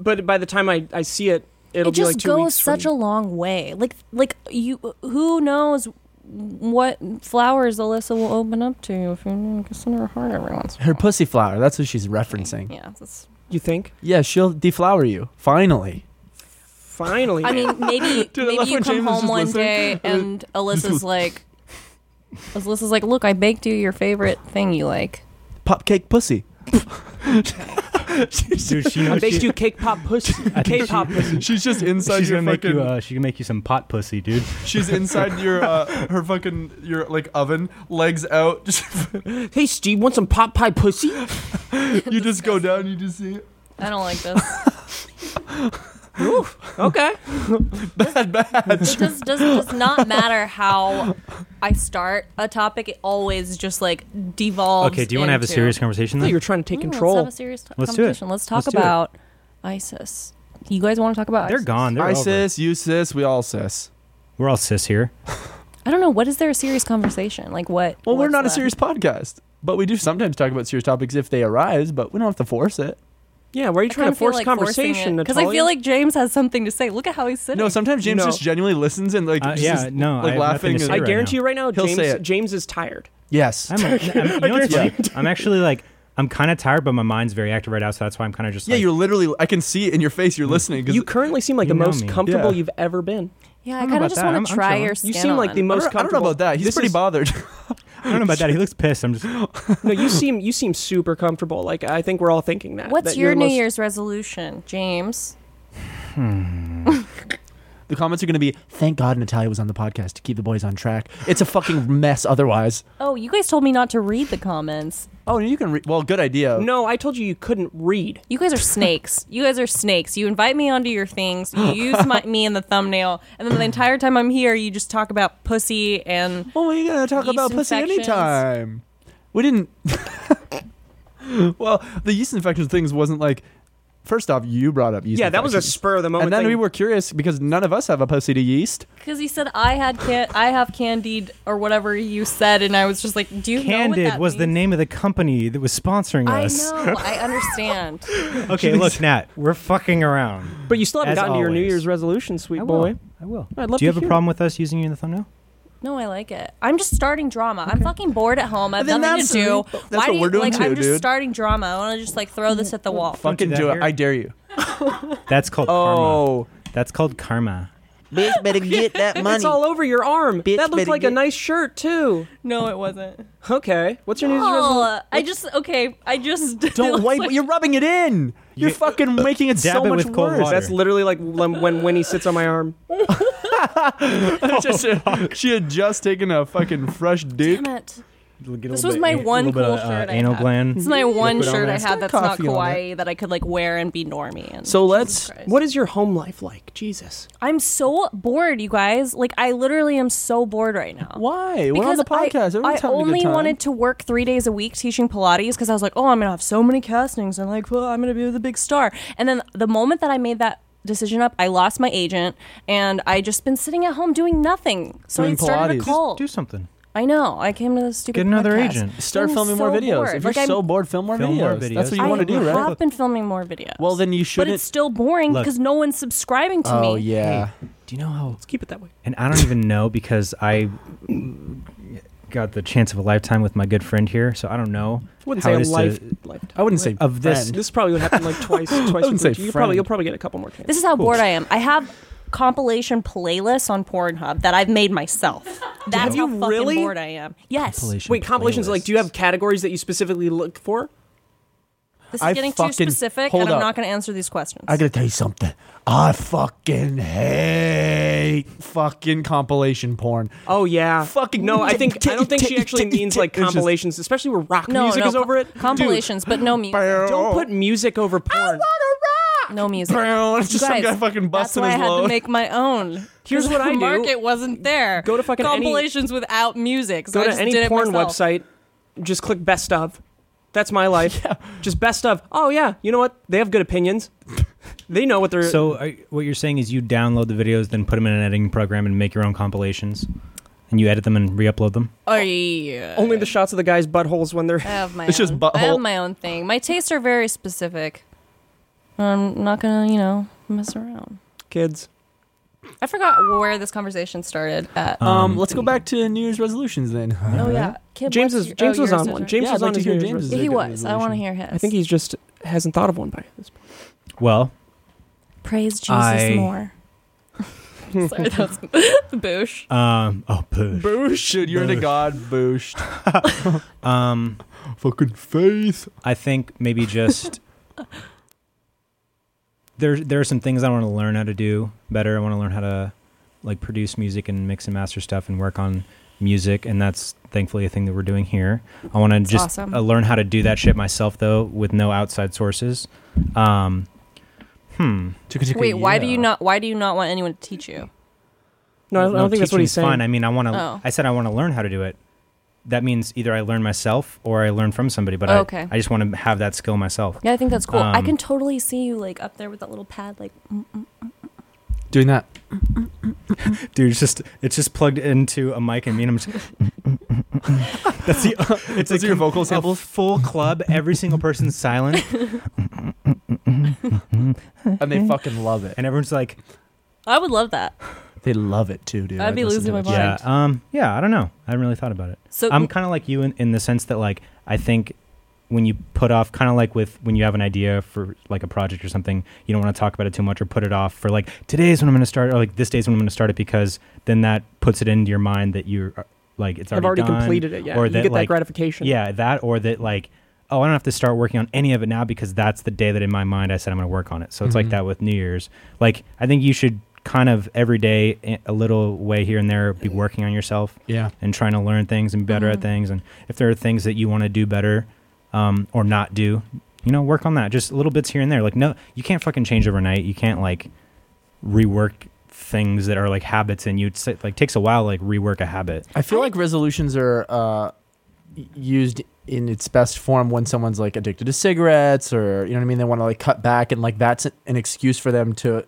Speaker 1: But by the time I, I see it, it'll
Speaker 4: it
Speaker 1: be
Speaker 4: just
Speaker 1: like two
Speaker 4: goes
Speaker 1: weeks from-
Speaker 4: such a long way. Like, like you, who knows what flowers Alyssa will open up to if you can send her a heart every once. in a
Speaker 3: Her
Speaker 4: while.
Speaker 3: pussy flower. That's what she's referencing.
Speaker 4: Yeah, that's,
Speaker 1: You think?
Speaker 3: Yeah, she'll deflower you finally.
Speaker 1: Finally,
Speaker 4: I mean, maybe
Speaker 3: Dude, I love
Speaker 4: maybe you
Speaker 3: when
Speaker 4: come
Speaker 3: James is
Speaker 4: home
Speaker 3: just
Speaker 4: one
Speaker 3: listening.
Speaker 4: day and Alyssa's like, Alyssa's like, look, I baked you your favorite thing you like.
Speaker 3: Popcake pussy.
Speaker 2: Dude, she
Speaker 1: I
Speaker 2: knows
Speaker 1: baked
Speaker 2: she,
Speaker 1: you cake pop pussy,
Speaker 2: I think she-
Speaker 1: K-pop pussy.
Speaker 3: She's just inside
Speaker 2: she's
Speaker 3: your
Speaker 2: gonna make
Speaker 3: fucking.
Speaker 2: you. Uh, she can make you some pot pussy, dude.
Speaker 3: she's inside your uh, her fucking your like oven, legs out, just
Speaker 1: Hey, Steve, want some pot pie pussy?
Speaker 3: you just go down, you just see it.
Speaker 4: I don't like this.
Speaker 1: Okay.
Speaker 4: it just does, does not matter how I start a topic. It always just like devolves.
Speaker 2: Okay, do you want to have a
Speaker 4: into-
Speaker 2: serious conversation?
Speaker 1: I thought
Speaker 2: Then?
Speaker 1: you were trying to
Speaker 4: No,
Speaker 1: take
Speaker 4: Let's
Speaker 1: control.
Speaker 4: have a serious t-
Speaker 2: Let's do it.
Speaker 4: conversation. Let's talk
Speaker 2: Let's do it.
Speaker 4: about ISIS. You guys want to talk about?
Speaker 2: They're
Speaker 4: ISIS?
Speaker 2: gone. They're
Speaker 3: I
Speaker 2: over.
Speaker 3: sis, you sis, we all sis.
Speaker 2: We're all sis here.
Speaker 4: I don't know. What is there a serious conversation? Like what?
Speaker 3: Well, we're
Speaker 4: what's
Speaker 3: not a
Speaker 4: that?
Speaker 3: serious podcast, but we do sometimes talk about serious topics if they arise, but we don't have to force it.
Speaker 1: yeah, why are you
Speaker 4: I
Speaker 1: trying
Speaker 4: kinda
Speaker 1: to force
Speaker 4: feel like
Speaker 1: conversation?
Speaker 4: because I
Speaker 1: Natalia?
Speaker 4: feel like James has something to say. Look at how he's sitting.
Speaker 3: No, sometimes James
Speaker 1: No.
Speaker 3: just genuinely listens and like
Speaker 2: Uh,
Speaker 3: just
Speaker 2: yeah,
Speaker 3: is,
Speaker 2: no, I
Speaker 3: like
Speaker 2: have
Speaker 3: laughing.
Speaker 2: nothing to
Speaker 3: and-
Speaker 2: say
Speaker 1: I
Speaker 2: right
Speaker 1: guarantee
Speaker 2: now.
Speaker 1: you right now,
Speaker 3: He'll say
Speaker 1: James,
Speaker 3: it.
Speaker 1: James is tired.
Speaker 3: yes.
Speaker 2: I'm, I'm, you know what's funny? I'm actually like I'm kind of tired, but my mind's very active right now, so that's why I'm kind of just
Speaker 3: yeah,
Speaker 2: like,
Speaker 3: you're literally. I can see it in your face. You're listening. 'cause
Speaker 1: You currently seem like
Speaker 2: You
Speaker 1: the
Speaker 2: know
Speaker 1: most
Speaker 2: me.
Speaker 1: comfortable
Speaker 3: Yeah.
Speaker 1: you've ever been.
Speaker 4: yeah,
Speaker 2: don't know
Speaker 4: I kind of
Speaker 2: about
Speaker 4: just
Speaker 2: that.
Speaker 4: want
Speaker 2: I'm-
Speaker 4: to
Speaker 2: I'm
Speaker 4: try
Speaker 2: chilling.
Speaker 4: your
Speaker 2: You
Speaker 4: skin
Speaker 1: You seem like the
Speaker 4: on.
Speaker 3: I,
Speaker 1: most
Speaker 3: don't, I don't know
Speaker 1: comfortable.
Speaker 3: about that. He's
Speaker 1: This
Speaker 3: pretty
Speaker 1: is-
Speaker 3: bothered.
Speaker 2: I don't know about that. He looks pissed. I'm just
Speaker 1: No, you seem you seem super comfortable. Like I think we're all thinking that.
Speaker 4: What's
Speaker 1: that
Speaker 4: your
Speaker 1: you're the
Speaker 4: New
Speaker 1: most-
Speaker 4: Year's resolution, James?
Speaker 3: the comments are going to be, "Thank God Natalia was on the podcast to keep the boys on track." It's a fucking mess otherwise.
Speaker 4: Oh, you guys told me not to read the comments.
Speaker 3: Oh, you can. Re- well, good idea.
Speaker 1: Oh. No, I told you you couldn't read.
Speaker 4: You guys are snakes. You guys are snakes. You invite me onto your things. You use my, me in the thumbnail, and then the entire time I'm here, you just talk about pussy and
Speaker 3: Well, we're gonna talk
Speaker 4: Yeast
Speaker 3: about pussy
Speaker 4: infections.
Speaker 3: anytime. We didn't. well, the yeast infection things wasn't like First off, you brought up yeast.
Speaker 1: Yeah, that was a
Speaker 3: infections.
Speaker 1: spur of the moment.
Speaker 3: And then
Speaker 1: thing.
Speaker 3: we were curious because none of us have a posted yeast.
Speaker 4: Because he said I had can I have candied or whatever you said, and I was just like, do you know what
Speaker 2: Candid
Speaker 4: that
Speaker 2: was the
Speaker 4: means?
Speaker 2: name of the company that was sponsoring
Speaker 4: I
Speaker 2: us.
Speaker 4: know. I understand.
Speaker 2: Okay, look, Nat, we're fucking around.
Speaker 1: but you still haven't
Speaker 2: as
Speaker 1: gotten to your New
Speaker 2: always.
Speaker 1: Year's resolution, sweet
Speaker 2: I
Speaker 1: boy.
Speaker 2: will. I will.
Speaker 1: I'd love
Speaker 2: Do you
Speaker 1: to
Speaker 2: have a
Speaker 1: hear
Speaker 2: problem with us using you in the thumbnail?
Speaker 4: No, I like it. I'm just starting drama. I'm fucking bored at home. I have
Speaker 3: Then
Speaker 4: nothing to do.
Speaker 3: that's- that's
Speaker 4: Why
Speaker 3: what
Speaker 4: do you,
Speaker 3: we're doing
Speaker 4: like,
Speaker 3: too,
Speaker 4: I'm just
Speaker 3: dude.
Speaker 4: starting drama. I want to just like throw this at the wall.
Speaker 2: Don't do
Speaker 3: Fucking do,
Speaker 2: that
Speaker 3: it.
Speaker 2: here.
Speaker 3: I dare you.
Speaker 2: That's called karma.
Speaker 3: Oh,
Speaker 2: That's called karma.
Speaker 6: Bitch better get that money.
Speaker 1: It's all over your arm.
Speaker 6: Bitch
Speaker 1: that looks
Speaker 6: better
Speaker 1: like a
Speaker 6: get-
Speaker 1: nice shirt too.
Speaker 4: No, it wasn't.
Speaker 1: Okay, what's your New Year's resolution?
Speaker 4: Oh, I just okay. I just
Speaker 3: don't wipe. You're rubbing it in. You're fucking making it
Speaker 2: Dab
Speaker 3: so
Speaker 2: it
Speaker 3: much
Speaker 2: with cold
Speaker 3: worse.
Speaker 2: water.
Speaker 1: That's literally like when when Winnie sits on my arm.
Speaker 3: That's just she had just taken a fucking fresh dick.
Speaker 4: Damn it.
Speaker 2: This
Speaker 4: This was my one cool
Speaker 2: little bit of,
Speaker 4: shirt
Speaker 2: uh,
Speaker 4: I
Speaker 2: anal
Speaker 4: had. This
Speaker 2: gland.
Speaker 4: is my one
Speaker 3: Liquid on
Speaker 4: shirt I
Speaker 3: there.
Speaker 4: had that's not
Speaker 3: Coffee on
Speaker 4: kawaii that I could like wear and be normie. And
Speaker 3: So let's-
Speaker 1: What is your home life like? Jesus.
Speaker 4: I'm so bored, you guys. Like I literally am so bored right now.
Speaker 3: Why?
Speaker 4: Because
Speaker 3: We're on the podcast.
Speaker 4: I, I
Speaker 3: Everyone's having a
Speaker 4: only
Speaker 3: good time.
Speaker 4: wanted to work three days a week teaching Pilates because I was like, oh, I'm gonna have so many castings and like, well, I'm gonna be the big star. And then the moment that I made that decision up, I lost my agent and I just been sitting at home doing nothing. So I
Speaker 3: Doing
Speaker 4: started
Speaker 3: Pilates.
Speaker 4: a cult.
Speaker 2: Do something.
Speaker 4: I know. I came to the stupid.
Speaker 2: Get another
Speaker 4: podcast.
Speaker 2: agent.
Speaker 3: Start
Speaker 4: I'm
Speaker 3: filming more
Speaker 4: so
Speaker 3: videos.
Speaker 4: bored.
Speaker 3: If you're
Speaker 4: Like, I'm-
Speaker 3: so bored, film more
Speaker 2: Film
Speaker 3: videos.
Speaker 2: more
Speaker 3: That's
Speaker 2: videos.
Speaker 3: what you want to do,
Speaker 4: I
Speaker 3: right?
Speaker 4: have been filming more videos.
Speaker 3: Well, then you
Speaker 4: but
Speaker 3: shouldn't.
Speaker 4: it's still boring
Speaker 2: Look.
Speaker 4: because no one's subscribing to
Speaker 3: oh
Speaker 4: me.
Speaker 3: yeah.
Speaker 2: Do you know how?
Speaker 1: Let's keep it that way.
Speaker 2: And I don't even know because I got the chance of a lifetime with my good friend here, so I don't know
Speaker 1: Wouldn't
Speaker 2: how
Speaker 1: say
Speaker 2: it
Speaker 1: a
Speaker 2: is to-
Speaker 1: life, life
Speaker 3: I wouldn't say
Speaker 2: Of this-
Speaker 3: friend.
Speaker 1: This probably would happen like twice, twice.
Speaker 3: wouldn't
Speaker 1: a week.
Speaker 3: say
Speaker 1: you probably,
Speaker 3: friend.
Speaker 1: you'll probably get a couple more chances.
Speaker 4: This is how bored I am. I have compilation playlists on Pornhub that I've made myself. That's
Speaker 1: you
Speaker 4: how fucking
Speaker 1: really?
Speaker 4: bored I am. Yes.
Speaker 1: Wait, compilations like, do you have categories that you specifically look for?
Speaker 4: This is
Speaker 3: I
Speaker 4: getting too
Speaker 3: fucking-
Speaker 4: specific,
Speaker 3: hold
Speaker 4: and I'm
Speaker 3: up.
Speaker 4: not going to answer these questions.
Speaker 5: I gotta tell you something.
Speaker 3: I fucking hate fucking compilation porn.
Speaker 1: Oh yeah,
Speaker 3: Fucking-
Speaker 1: no. I think I don't think she actually means like
Speaker 3: It's just-
Speaker 1: compilations, especially where rock
Speaker 4: no,
Speaker 1: music
Speaker 4: no, oh.
Speaker 1: is over it.
Speaker 4: Compilations, but no music.
Speaker 1: Dude, don't put music over porn.
Speaker 4: No music.
Speaker 3: It's
Speaker 4: You
Speaker 3: just some
Speaker 4: guys,
Speaker 3: guy fucking
Speaker 4: that's
Speaker 3: busting
Speaker 4: why
Speaker 3: his
Speaker 4: I had
Speaker 3: load.
Speaker 4: to make my own.
Speaker 1: Here's
Speaker 4: 'Cause
Speaker 1: what
Speaker 4: the
Speaker 1: I do.
Speaker 4: Market wasn't there.
Speaker 1: Go to fucking any-
Speaker 4: compilations without music. So
Speaker 1: Go
Speaker 4: I
Speaker 1: to
Speaker 4: just
Speaker 1: any
Speaker 4: did it
Speaker 1: porn
Speaker 4: myself.
Speaker 1: website, just click best of. That's my life. Just best of. Oh yeah, you know what? They have good opinions. they know what they're.
Speaker 2: So are, what you're saying is you download the videos, then put them in an editing program and make your own compilations, and you edit them and re-upload them.
Speaker 4: Oh, yeah.
Speaker 1: only the shots of the guys' buttholes when they're.
Speaker 4: I have my
Speaker 3: It's
Speaker 4: own.
Speaker 3: just
Speaker 4: I have
Speaker 3: butthole.
Speaker 4: my own thing. My tastes are very specific. I'm not gonna, you know, mess around.
Speaker 1: kids.
Speaker 4: I forgot where this conversation started at.
Speaker 3: Um, let's go back to New Year's resolutions then.
Speaker 4: oh yeah, Kim,
Speaker 1: James
Speaker 4: what's
Speaker 1: is
Speaker 4: your-
Speaker 1: James
Speaker 4: oh,
Speaker 1: was
Speaker 4: yours
Speaker 1: on
Speaker 4: is
Speaker 1: one.
Speaker 4: right.
Speaker 1: James
Speaker 3: Yeah,
Speaker 1: was
Speaker 3: I'd
Speaker 1: on
Speaker 3: like to
Speaker 1: his
Speaker 3: hear
Speaker 1: New Year's
Speaker 3: James's.
Speaker 1: resolution.
Speaker 4: Yeah, he
Speaker 3: Good
Speaker 4: was. I want to
Speaker 3: resolution.
Speaker 4: hear his.
Speaker 1: I think he's just hasn't thought of one by this point.
Speaker 2: Well,
Speaker 4: praise Jesus
Speaker 2: I-
Speaker 4: more. Sorry, that's the boosh.
Speaker 2: um, oh, push.
Speaker 3: Boosh, dude, you're into
Speaker 2: Boosh.
Speaker 3: God. Booshed.
Speaker 2: Um,
Speaker 3: fucking faith.
Speaker 2: I think maybe just there there are some things I want to learn how to do better. I want to learn how to like produce music and mix and master stuff and work on music and that's thankfully a thing that we're doing here. I want to
Speaker 4: That's
Speaker 2: just
Speaker 4: awesome.
Speaker 2: uh, learn how to do that shit myself though with no outside sources. Um hmm.
Speaker 4: Wait, why do you not? Why do you not want anyone to teach you?
Speaker 1: No, I don't, I don't think that's what he's
Speaker 2: teaching's
Speaker 1: saying.
Speaker 2: Fun. I mean, I want to.
Speaker 4: Oh.
Speaker 2: I said I want to learn how to do it. That means either I learn myself or I learn from somebody. But
Speaker 4: Oh,
Speaker 2: I,
Speaker 4: okay.
Speaker 2: I just want to have that skill myself.
Speaker 4: Yeah, I think that's cool. I
Speaker 2: Um,
Speaker 4: can totally see you like up there with that little pad, like mm,
Speaker 3: doing that?
Speaker 2: Dude, it's just it's just plugged into a mic and me and I'm just. That's the. uh, It's
Speaker 3: Those
Speaker 2: a
Speaker 3: are your vocal
Speaker 2: a
Speaker 3: samples?
Speaker 2: full club. Every single person's silent,
Speaker 3: And they fucking love it.
Speaker 2: and everyone's like,
Speaker 4: I would love that.
Speaker 3: They love it too, dude.
Speaker 4: I'd be
Speaker 3: listen
Speaker 4: losing
Speaker 3: to
Speaker 4: my
Speaker 3: it.
Speaker 4: mind.
Speaker 2: yeah, um, yeah. I don't know. I haven't really thought about it.
Speaker 4: So
Speaker 2: I'm kind of like you in, in the sense that like I think when you put off kind of like with when you have an idea for like a project or something, you don't want to talk about it too much or put it off for like today's when I'm going to start or like this day's when I'm going to start it because then that puts it into your mind that you're uh, like it's
Speaker 1: I've
Speaker 2: already,
Speaker 1: already
Speaker 2: done,
Speaker 1: completed it. Yeah,
Speaker 2: or
Speaker 1: you
Speaker 2: that,
Speaker 1: get that
Speaker 2: like,
Speaker 1: gratification.
Speaker 2: Yeah, that or that like oh I don't have to start working on any of it now because that's the day that in my mind I said I'm going to work on it. So it's like
Speaker 4: Mm-hmm.
Speaker 3: Mhm.
Speaker 2: that with New Year's. Like I think you should kind of every day eh, a little way here and there be working on yourself
Speaker 3: Yeah.
Speaker 2: and trying to learn things and be better at
Speaker 4: Mhm.
Speaker 2: things. And if there are things that you want to do better um, or not do, you know, work on that. Just little bits here and there. Like, no, you can't fucking change overnight. You can't like rework things that are like habits in you. It's, like takes a while to, like rework a habit.
Speaker 3: I feel like resolutions are uh, y- used in its best form when someone's like addicted to cigarettes or you know what I mean they want to like cut back and like that's an excuse for them to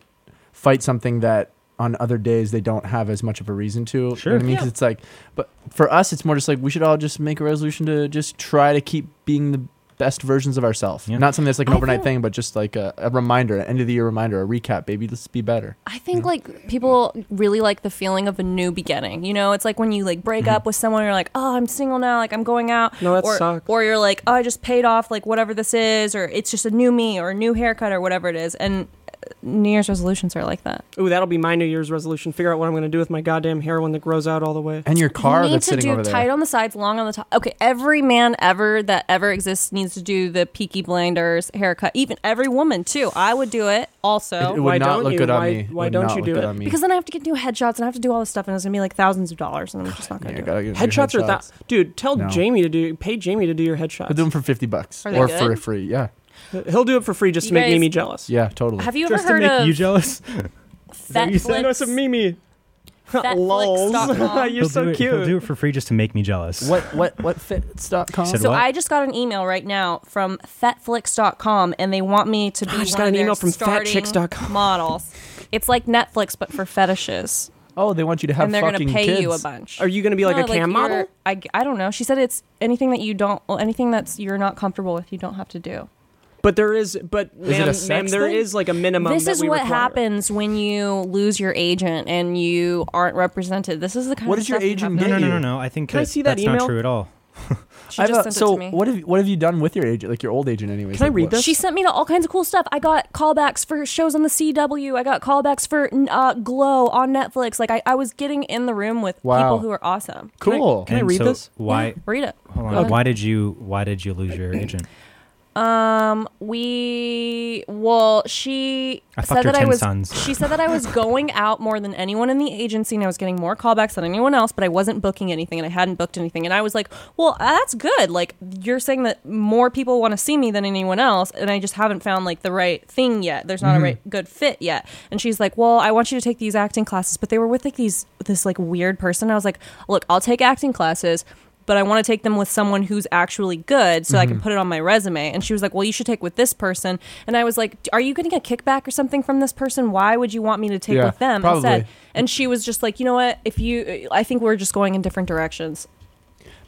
Speaker 3: fight something that on other days they don't have as much of a reason to. You know
Speaker 2: Sure.
Speaker 3: what I mean?
Speaker 4: Yeah.
Speaker 3: 'Cause it's like, but for us, it's more just like we should all just make a resolution to just try to keep being the best versions of ourselves.
Speaker 2: Yeah.
Speaker 3: Not something that's like
Speaker 1: Oh,
Speaker 3: an
Speaker 4: I
Speaker 3: overnight
Speaker 4: think-
Speaker 3: thing, but just like a, a reminder, an end of the year reminder, a recap, baby. Let's be better.
Speaker 4: I think like people really like the feeling of a new beginning. You know, it's like when you like break
Speaker 3: Mm-hmm.
Speaker 4: up with someone, you're like, oh, I'm single now, like I'm going out.
Speaker 1: No, that
Speaker 4: or,
Speaker 1: sucks.
Speaker 4: Or you're like, oh, I just paid off like whatever this is, or it's just a new me, or a new haircut, or whatever it is. And uh, New Year's resolutions are like that.
Speaker 1: Ooh, that'll be my New Year's resolution. Figure out what I'm going to do with my goddamn hair when that grows out all the way.
Speaker 3: And your car
Speaker 4: you need
Speaker 3: that's
Speaker 4: to
Speaker 3: sitting
Speaker 4: do
Speaker 3: over
Speaker 4: tight
Speaker 3: there.
Speaker 4: on the sides, long on the top. Okay, every man ever that ever exists needs to do the Peaky Blinders haircut. Even every woman too. I would do it
Speaker 3: It,
Speaker 4: also.
Speaker 3: it would
Speaker 1: Why
Speaker 3: not
Speaker 1: don't
Speaker 3: look
Speaker 1: you?
Speaker 3: good on
Speaker 1: Why-
Speaker 3: me.
Speaker 1: why
Speaker 3: Would
Speaker 1: don't
Speaker 3: not
Speaker 1: you
Speaker 3: look
Speaker 1: do
Speaker 3: good
Speaker 1: it?
Speaker 3: on me.
Speaker 4: because then I have to get new headshots and I have to do all this stuff and it's gonna be like thousands of dollars and I'm just not gonna
Speaker 3: Yeah,
Speaker 4: do it.
Speaker 3: gotta get new
Speaker 1: Headshots, are that, dude. Tell
Speaker 3: No.
Speaker 1: Jamie to do. Pay Jamie to do your headshots.
Speaker 3: I'll do them for fifty bucks
Speaker 4: Are they
Speaker 3: or
Speaker 4: good?
Speaker 3: for free. Yeah,
Speaker 1: He'll do it for free just to
Speaker 4: You
Speaker 1: make
Speaker 4: guys-
Speaker 1: Mimi jealous.
Speaker 3: yeah, totally.
Speaker 4: Have you ever
Speaker 2: Just to
Speaker 4: heard
Speaker 2: make
Speaker 4: of
Speaker 2: you jealous. that what you said?
Speaker 1: Send us
Speaker 4: Fetflix?
Speaker 1: a Mimi.
Speaker 4: Fetflix dot com.
Speaker 1: Lols. You're
Speaker 2: He'll do
Speaker 1: so
Speaker 2: it, He'll do
Speaker 1: cute.
Speaker 2: it for free just to make me jealous.
Speaker 3: what what what fits.com?
Speaker 2: Said
Speaker 4: So
Speaker 2: what?
Speaker 4: I just got an email right now from Fetflix.com and they want me to be
Speaker 1: I Oh, just
Speaker 4: one
Speaker 1: got
Speaker 4: of
Speaker 1: an
Speaker 4: their
Speaker 1: email from
Speaker 4: starting
Speaker 1: fatchicks.com.
Speaker 4: models. It's like Netflix but for fetishes,
Speaker 3: Oh, they want you to have
Speaker 4: and they're gonna
Speaker 3: fucking
Speaker 4: pay
Speaker 3: kids.
Speaker 4: you a bunch.
Speaker 1: Are you going to be Oh, like
Speaker 4: No,
Speaker 1: a cam
Speaker 4: you're-
Speaker 1: model?
Speaker 4: I, I don't know. She said it's anything that you don't, well, anything that's you're not comfortable with, you don't have to do.
Speaker 1: But there is, but
Speaker 3: it a
Speaker 1: ma'am,
Speaker 3: sex
Speaker 1: ma'am, there
Speaker 3: thing?
Speaker 1: is like a minimum.
Speaker 4: this
Speaker 1: that
Speaker 4: is
Speaker 1: we
Speaker 4: what
Speaker 1: require.
Speaker 4: happens when you lose your agent and you aren't represented. This is the kind
Speaker 3: What
Speaker 4: of
Speaker 3: does your
Speaker 4: stuff you
Speaker 3: agent
Speaker 4: have to
Speaker 2: No,
Speaker 3: get
Speaker 2: no, no,
Speaker 3: you?
Speaker 2: no, no. I think
Speaker 1: Can I
Speaker 2: that-
Speaker 1: see that
Speaker 2: that's
Speaker 1: email?
Speaker 2: not true at all.
Speaker 4: do. She
Speaker 3: I
Speaker 4: just
Speaker 3: thought-
Speaker 4: sent it
Speaker 3: so
Speaker 4: to me.
Speaker 3: what have what have you done with your agent, like your old agent, anyways?
Speaker 1: Can I
Speaker 3: Like,
Speaker 1: read
Speaker 3: what-
Speaker 1: this?
Speaker 4: She sent me to all kinds of cool stuff. I got callbacks for shows on the CW. I got callbacks for uh, Glow on Netflix. Like I, I was getting in the room with
Speaker 3: Wow.
Speaker 4: people who are awesome.
Speaker 3: Cool.
Speaker 1: Can I
Speaker 2: And
Speaker 1: read
Speaker 2: so
Speaker 1: this?
Speaker 2: Why?
Speaker 4: Yeah, read it.
Speaker 2: Hold on.
Speaker 4: Okay.
Speaker 2: Why did you? Why did you lose your agent?
Speaker 4: Um, we well, she
Speaker 2: I fucked
Speaker 4: said
Speaker 2: her
Speaker 4: that I
Speaker 2: 10
Speaker 4: was.
Speaker 2: sons.
Speaker 4: She said that I was going out more than anyone in the agency, and I was getting more callbacks than anyone else. But I wasn't booking anything, and I hadn't booked anything. And I was like, "Well, uh, that's good. Like you're saying that more people want to see me than anyone else, and I just haven't found like the right thing yet. There's not
Speaker 2: Mm-hmm.
Speaker 4: a right good fit yet." And she's like, "Well, I want you to take these acting classes, but they were with like these this like weird person." I was like, "Look, I'll take acting classes." but I want to take them with someone who's actually good so I
Speaker 3: Mm-hmm.
Speaker 4: can put it on my resume. And she was like, Well, you should take with this person. And I was like, Are you getting a kickback or something from this person? Why would you want me to take
Speaker 3: Yeah,
Speaker 4: with them
Speaker 3: probably.
Speaker 4: instead? And she was just like, You know what? If you, I think we're just going in different directions.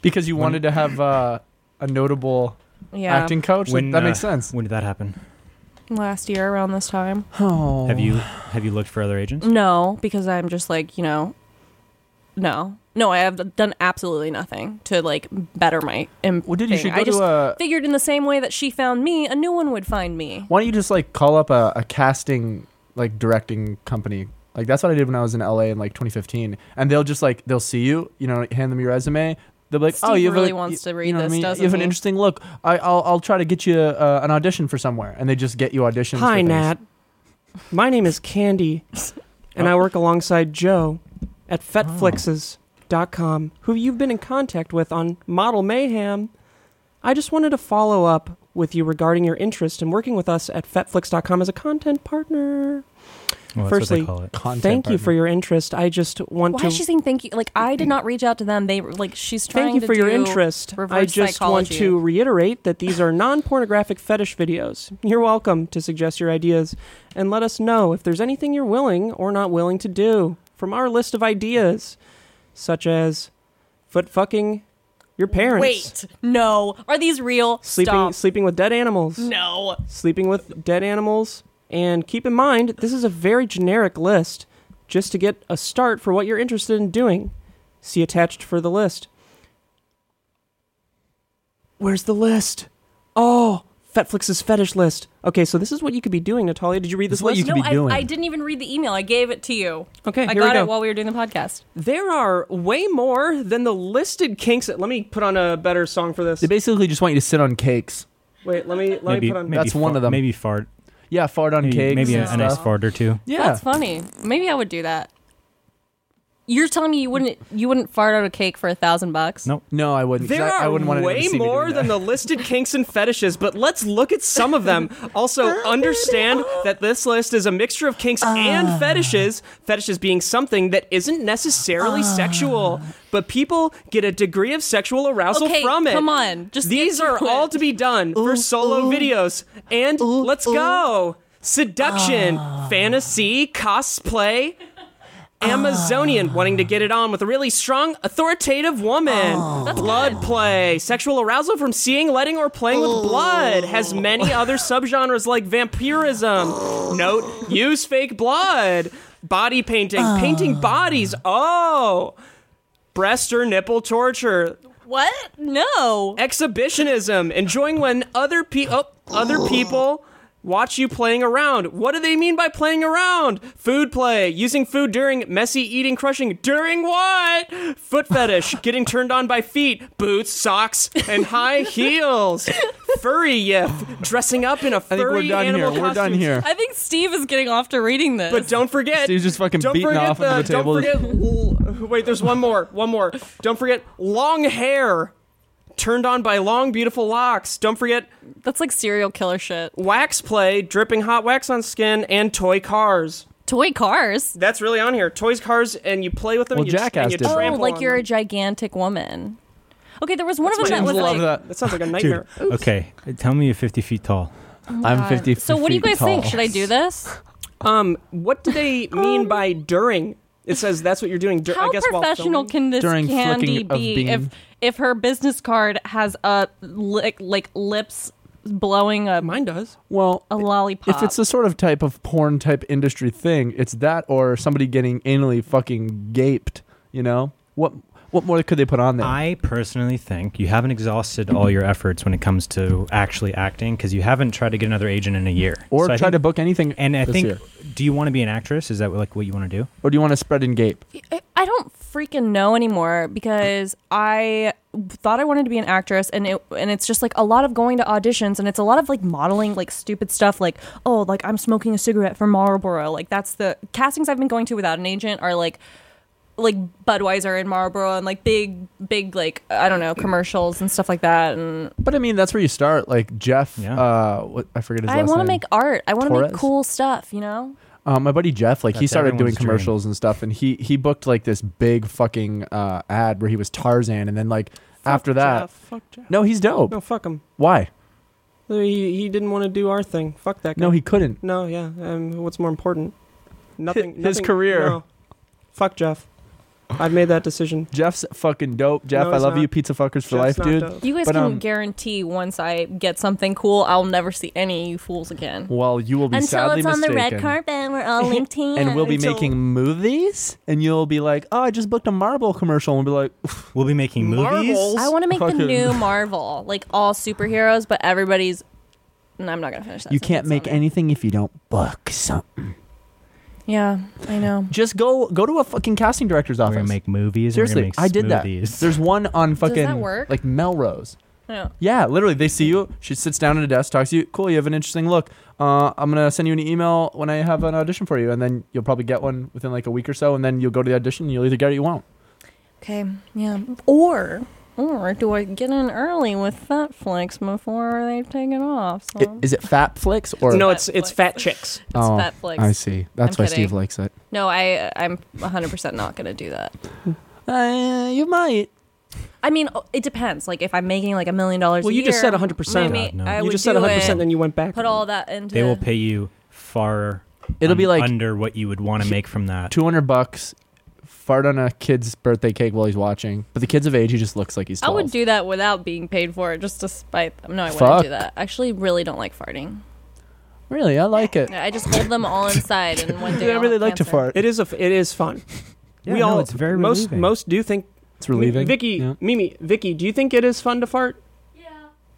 Speaker 3: Because you wanted to have uh, a notable
Speaker 4: Yeah.
Speaker 3: acting coach. Like,
Speaker 2: uh,
Speaker 3: that makes sense.
Speaker 2: When did that happen?
Speaker 4: Last year around this time.
Speaker 3: Oh,
Speaker 2: Have you? Have you looked for other agents?
Speaker 1: Mm,
Speaker 4: No, because I'm just like, you know, no. No, I have done absolutely nothing to like better my. Im-
Speaker 3: Well, dude, you
Speaker 4: thing.
Speaker 3: should go
Speaker 4: I just
Speaker 3: to a.
Speaker 4: figured in the same way that she found me, a new one would find me.
Speaker 3: Why don't you just like call up a, a casting, like directing company? Like that's what I did when I was in LA in like 2015, and they'll just like they'll see you, you know, hand them your resume. They'll be like, "Oh,
Speaker 4: Steve
Speaker 3: you have a-
Speaker 4: really wants
Speaker 3: you-
Speaker 4: to read
Speaker 3: you know what
Speaker 4: this,
Speaker 3: I mean?
Speaker 4: doesn't
Speaker 3: You have an
Speaker 4: he?"
Speaker 3: interesting look. I, I'll I'll try to get you uh, an audition for somewhere," and they just get you auditions. for
Speaker 1: Hi,
Speaker 3: things.
Speaker 1: Nat. My name is Candy, and I work alongside Joe at FetFlixes.com, who you've been in contact with on Model Mayhem. I just wanted to follow up with you regarding your interest in working with us at FetFlix.com as a content partner.
Speaker 2: Well, that's
Speaker 1: Firstly,
Speaker 2: what they call it.
Speaker 3: Content
Speaker 1: Thank you
Speaker 3: partner.
Speaker 1: for your interest. I just want
Speaker 4: Why
Speaker 1: to
Speaker 4: is she saying thank you? Like I did not reach out to them. They like she's trying.
Speaker 1: Thank you
Speaker 4: to
Speaker 1: for your
Speaker 4: do
Speaker 1: interest.
Speaker 4: reverse
Speaker 1: I just
Speaker 4: psychology.
Speaker 1: want to reiterate that these are non pornographic fetish videos. You're welcome to suggest your ideas and let us know if there's anything you're willing or not willing to do from our list of ideas, such as foot fucking your parents,
Speaker 4: Wait, no. Are these real?
Speaker 1: sleeping
Speaker 4: Stop.
Speaker 1: sleeping with dead animals,
Speaker 4: No.
Speaker 1: sleeping with dead animals, and keep in mind this is a very generic list just to get a start for what you're interested in doing. See attached for the list. Where's the list? Oh, Fetflix's fetish list. Okay, so this is what you could be doing, Natalia. Did you read this
Speaker 3: This is what
Speaker 1: list?
Speaker 3: you could
Speaker 4: No,
Speaker 3: be doing.
Speaker 4: I, I didn't even read the email. I gave it to you.
Speaker 1: Okay,
Speaker 4: I
Speaker 1: here
Speaker 4: got
Speaker 1: we go.
Speaker 4: it while we were doing the podcast.
Speaker 1: There are way more than the listed kinks. Let me put on a better song for this.
Speaker 3: They basically just want you to sit on cakes.
Speaker 1: Wait, let me let
Speaker 2: Maybe,
Speaker 1: me put on.
Speaker 2: maybe
Speaker 3: That's one
Speaker 2: fart-
Speaker 3: of them.
Speaker 2: Maybe fart.
Speaker 3: Yeah, fart on
Speaker 2: Maybe,
Speaker 3: cakes.
Speaker 2: maybe
Speaker 3: and
Speaker 2: a, a nice
Speaker 3: stuff.
Speaker 2: fart or two.
Speaker 3: Yeah,
Speaker 4: That's funny. Maybe I would do that. You're telling me you wouldn't you wouldn't fart out a cake for a thousand bucks?
Speaker 2: Nope.
Speaker 3: No, I wouldn't. 'cause
Speaker 1: There
Speaker 3: I,
Speaker 1: are
Speaker 3: I wouldn't want anyone to
Speaker 1: way
Speaker 3: see me doing
Speaker 1: more than the
Speaker 3: that.
Speaker 1: listed kinks and fetishes, but let's look at some of them. Also, understand that this list is a mixture of kinks
Speaker 3: Ah.
Speaker 1: and fetishes, fetishes being something that isn't necessarily sexual,
Speaker 3: Ah.
Speaker 1: but people get a degree of sexual arousal
Speaker 4: Okay,
Speaker 1: from it.
Speaker 4: come on, just get
Speaker 1: These
Speaker 4: to
Speaker 1: are
Speaker 4: it.
Speaker 1: all to be done for solo videos. And let's go. Seduction, fantasy, cosplay, Amazonian wanting to get it on with a really strong, authoritative woman. blood play, sexual arousal from seeing, letting, or playing with blood has many other subgenres like vampirism. Note, use fake blood. Body painting, painting bodies. Oh. Breast or nipple torture,
Speaker 4: What? No.
Speaker 1: exhibitionism, enjoying when other pe- oh, other people watch you playing around. What do they mean by playing around? Food play, using food during messy eating, crushing during what? Foot fetish, getting turned on by feet, boots, socks, and high heels. Furry yip, dressing up in a
Speaker 3: I
Speaker 1: furry
Speaker 3: think we're done here.
Speaker 1: animal
Speaker 3: We're done
Speaker 1: costume.
Speaker 3: here.
Speaker 4: I think Steve is getting off to reading this.
Speaker 1: But don't forget,
Speaker 3: Steve's just fucking
Speaker 1: don't
Speaker 3: beating
Speaker 1: forget
Speaker 3: off onto the table.
Speaker 1: Don't forget. l- Wait, there's one more. One more. Don't forget long hair, turned on by long, beautiful locks. Don't forget
Speaker 4: That's like serial killer shit.
Speaker 1: wax play, dripping hot wax on skin, and toy cars.
Speaker 4: Toy cars.
Speaker 1: That's really on here. Toys, cars, and you play with them.
Speaker 3: Well,
Speaker 1: and you,
Speaker 3: Jackass
Speaker 1: and you
Speaker 3: did that. Oh,
Speaker 4: Oh,
Speaker 1: trample
Speaker 4: like
Speaker 1: on
Speaker 4: you're a
Speaker 1: them.
Speaker 4: gigantic woman. Okay, there was one of them
Speaker 1: James
Speaker 4: that was
Speaker 1: Love
Speaker 4: like.
Speaker 3: that.
Speaker 1: That sounds like a
Speaker 2: Dude,
Speaker 1: nightmare.
Speaker 2: okay. Tell me you're 50 feet tall.
Speaker 3: I'm 50.
Speaker 4: uh, So what do you
Speaker 3: feet
Speaker 4: guys think?
Speaker 3: tall.
Speaker 4: Should I do this?
Speaker 1: Um, what do they mean by during? It says that's what you're doing. Dur-
Speaker 4: Um, How
Speaker 1: I guess while
Speaker 4: professional
Speaker 1: filming.
Speaker 4: can this
Speaker 3: During
Speaker 4: candy
Speaker 3: flicking of
Speaker 4: be
Speaker 3: bean.
Speaker 4: if if her business card has a li- like lips blowing a,
Speaker 1: Mine does.
Speaker 3: Well,
Speaker 4: a lollipop?
Speaker 3: if it's the sort of type of porn type industry thing, it's that or somebody getting anally fucking gaped. You know what? What more could they put on there?
Speaker 2: I personally think you haven't exhausted all your efforts when it comes to actually acting because you haven't tried to get another agent in a year.
Speaker 3: or
Speaker 2: So I
Speaker 3: try
Speaker 2: think-
Speaker 3: to book anything.
Speaker 2: And I
Speaker 3: this
Speaker 2: think,
Speaker 3: year.
Speaker 2: do you want to be an actress? Is that like what you want to do?
Speaker 3: or do you want to spread and gape?
Speaker 4: I- I don't freaking know anymore because I thought I wanted to be an actress and it and it's just like a lot of going to auditions and it's a lot of like modeling like stupid stuff like oh like I'm smoking a cigarette for Marlboro like that's the castings I've been going to without an agent are like like Budweiser and Marlboro and like big big like I don't know commercials and stuff like that and
Speaker 3: But I mean, that's where you start. Like Jeff,
Speaker 2: Yeah.
Speaker 3: uh, what, I forget his
Speaker 4: I
Speaker 3: last
Speaker 4: want to
Speaker 3: name.
Speaker 4: make art I want to
Speaker 3: Torres?
Speaker 4: make cool stuff you know
Speaker 3: Um, my buddy Jeff, like he
Speaker 2: That's
Speaker 3: started doing
Speaker 2: everyone's dream.
Speaker 3: commercials and stuff, and he he booked like this big fucking uh, ad where he was Tarzan, and then like after
Speaker 1: Fuck
Speaker 3: that,
Speaker 1: Jeff, fuck Jeff.
Speaker 3: no, he's dope.
Speaker 1: no, fuck him.
Speaker 3: Why?
Speaker 1: He, he didn't want to do our thing. Fuck that guy.
Speaker 3: No, he couldn't.
Speaker 1: No, yeah. Um, what's more important? Nothing.
Speaker 3: His
Speaker 1: nothing-
Speaker 3: career.
Speaker 1: no. Fuck Jeff. I've made that decision.
Speaker 3: Jeff's fucking dope. Jeff,
Speaker 1: No,
Speaker 3: I
Speaker 1: he's
Speaker 3: love
Speaker 1: not.
Speaker 3: you, pizza fuckers for
Speaker 1: Jeff's
Speaker 3: life,
Speaker 1: not
Speaker 3: dude.
Speaker 1: dope.
Speaker 4: you guys
Speaker 3: But,
Speaker 4: can
Speaker 3: um,
Speaker 4: guarantee once I get something cool I'll never see any of you fools again
Speaker 3: Well, you will be
Speaker 4: until
Speaker 3: sadly
Speaker 4: it's on the
Speaker 3: mistaken.
Speaker 4: red carpet and we're all linked in.
Speaker 3: And we'll be
Speaker 1: Until-
Speaker 3: making movies, and you'll be like, "Oh, I just booked a Marvel commercial," and we'll be like,
Speaker 2: We'll be making movies.
Speaker 1: Marbles.
Speaker 4: I want to make the
Speaker 3: Fucking-
Speaker 4: new Marvel, like all superheroes, but everybody's. No, I'm not gonna finish that.
Speaker 3: "You can't
Speaker 4: sentence,
Speaker 3: make
Speaker 4: sorry.
Speaker 3: anything if you don't."
Speaker 5: Book something.
Speaker 4: Yeah, I know.
Speaker 3: Just go go to a fucking casting director's
Speaker 2: We're
Speaker 3: office.
Speaker 2: gonna make movies.
Speaker 3: Seriously,
Speaker 2: we're gonna make
Speaker 3: I did
Speaker 2: smoothies.
Speaker 3: that. There's one on
Speaker 4: that
Speaker 3: fucking
Speaker 4: work?
Speaker 3: like Melrose.
Speaker 4: Yeah.
Speaker 3: Yeah, literally, they see you. She sits down at a desk, talks to you. Cool, you have an interesting look. Uh, I'm gonna send you an email when I have an audition for you, and then you'll probably get one within like a week or so, and then you'll go to the audition. And you'll either get it, or you won't.
Speaker 4: Okay. Yeah. Or. Or do I get in early with Netflix before they take it off? So.
Speaker 3: I- Is it fat flicks or Oh,
Speaker 1: no, it's it's fat chicks.
Speaker 4: It's Netflix.
Speaker 3: I see. That's
Speaker 4: I'm
Speaker 3: why
Speaker 4: kidding.
Speaker 3: Steve likes it.
Speaker 4: no, I I'm 100% not going to do that.
Speaker 3: Uh, you might.
Speaker 4: I mean, oh, it depends. Like if I'm making like a million dollars
Speaker 1: Well,
Speaker 4: a
Speaker 1: you just
Speaker 4: year,
Speaker 1: said 100%.
Speaker 4: maybe
Speaker 2: God, no.
Speaker 4: I
Speaker 2: You
Speaker 1: you
Speaker 4: would
Speaker 1: just said
Speaker 4: do
Speaker 1: 100%,
Speaker 4: it,
Speaker 1: then you went back.
Speaker 4: put all that into
Speaker 2: They will pay you far.
Speaker 3: It'll
Speaker 2: un-
Speaker 3: be like
Speaker 2: under what you would want to make from that.
Speaker 3: two hundred bucks. Fart on a kid's birthday cake while he's watching, but the kid's of age, he just looks like he's. 12.
Speaker 4: I would do that without being paid for it, just despite them. No, I
Speaker 3: Fuck.
Speaker 4: wouldn't do that. I actually really don't like farting.
Speaker 3: Really, I like it.
Speaker 4: I just hold them all inside, and one day
Speaker 3: I
Speaker 4: I'll
Speaker 3: really
Speaker 4: have
Speaker 3: like to
Speaker 4: cancer.
Speaker 3: fart.
Speaker 1: It is a f- it is fun.
Speaker 2: Yeah,
Speaker 1: we
Speaker 2: no,
Speaker 1: all
Speaker 2: it's very
Speaker 1: most
Speaker 2: relieving.
Speaker 1: most do think
Speaker 3: It's relieving.
Speaker 1: Vicky,
Speaker 3: Yeah.
Speaker 1: Mimi, Vicky, do you think it is fun to fart?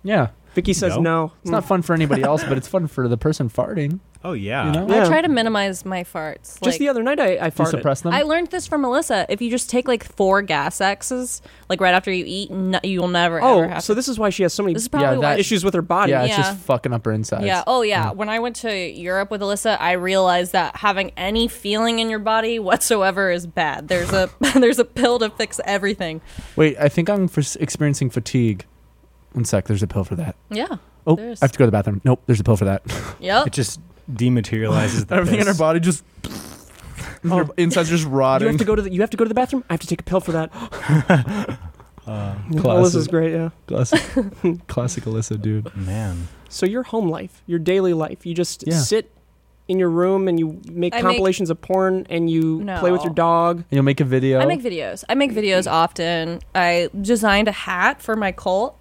Speaker 3: Yeah.
Speaker 1: Vicky says
Speaker 2: No.
Speaker 1: no. Mm.
Speaker 3: It's not fun for anybody else, but it's fun for the person farting.
Speaker 2: Oh yeah.
Speaker 3: You know?
Speaker 1: Yeah.
Speaker 4: I try to minimize my farts.
Speaker 1: Just the other night, I, I
Speaker 3: Do you
Speaker 1: farted.
Speaker 3: suppress them?
Speaker 4: I learned this from Melissa. If you just take like four gas X's, like right after you eat, no, you'll never ever
Speaker 1: Oh,
Speaker 4: have
Speaker 1: so
Speaker 4: to-
Speaker 1: this is why she has so many
Speaker 4: This is probably
Speaker 3: that-
Speaker 4: why
Speaker 1: issues with her body.
Speaker 3: yeah, it's
Speaker 4: Yeah.
Speaker 3: just fucking up her insides.
Speaker 4: Yeah. Oh, yeah. When I went to Europe with Alyssa, I realized that having any feeling in your body whatsoever is bad. There's a there's a pill to fix everything.
Speaker 3: Wait, I think I'm for experiencing fatigue. One sec, there's a pill for that.
Speaker 4: Yeah.
Speaker 3: Oh,
Speaker 4: There's-
Speaker 3: I have to go to the bathroom. Nope, there's a pill for that.
Speaker 2: It
Speaker 4: Yep.
Speaker 2: just dematerializes the
Speaker 3: Everything in her
Speaker 2: piss.
Speaker 3: body just. Her insides just
Speaker 1: You have
Speaker 3: rotting.
Speaker 1: to go to the you have to go to the bathroom. I have to take a pill for that. Oh, this
Speaker 3: Uh, Classes.
Speaker 1: is great. Yeah.
Speaker 3: Classic, classic Alyssa, dude.
Speaker 2: Man.
Speaker 1: So your home life, your daily life, you just
Speaker 3: Yeah.
Speaker 1: sit in your room and you make
Speaker 4: I make-
Speaker 1: compilations of porn and you
Speaker 4: No.
Speaker 1: play with your dog.
Speaker 3: You'll make a video.
Speaker 4: I make videos. I make videos often. I designed a hat for my cult.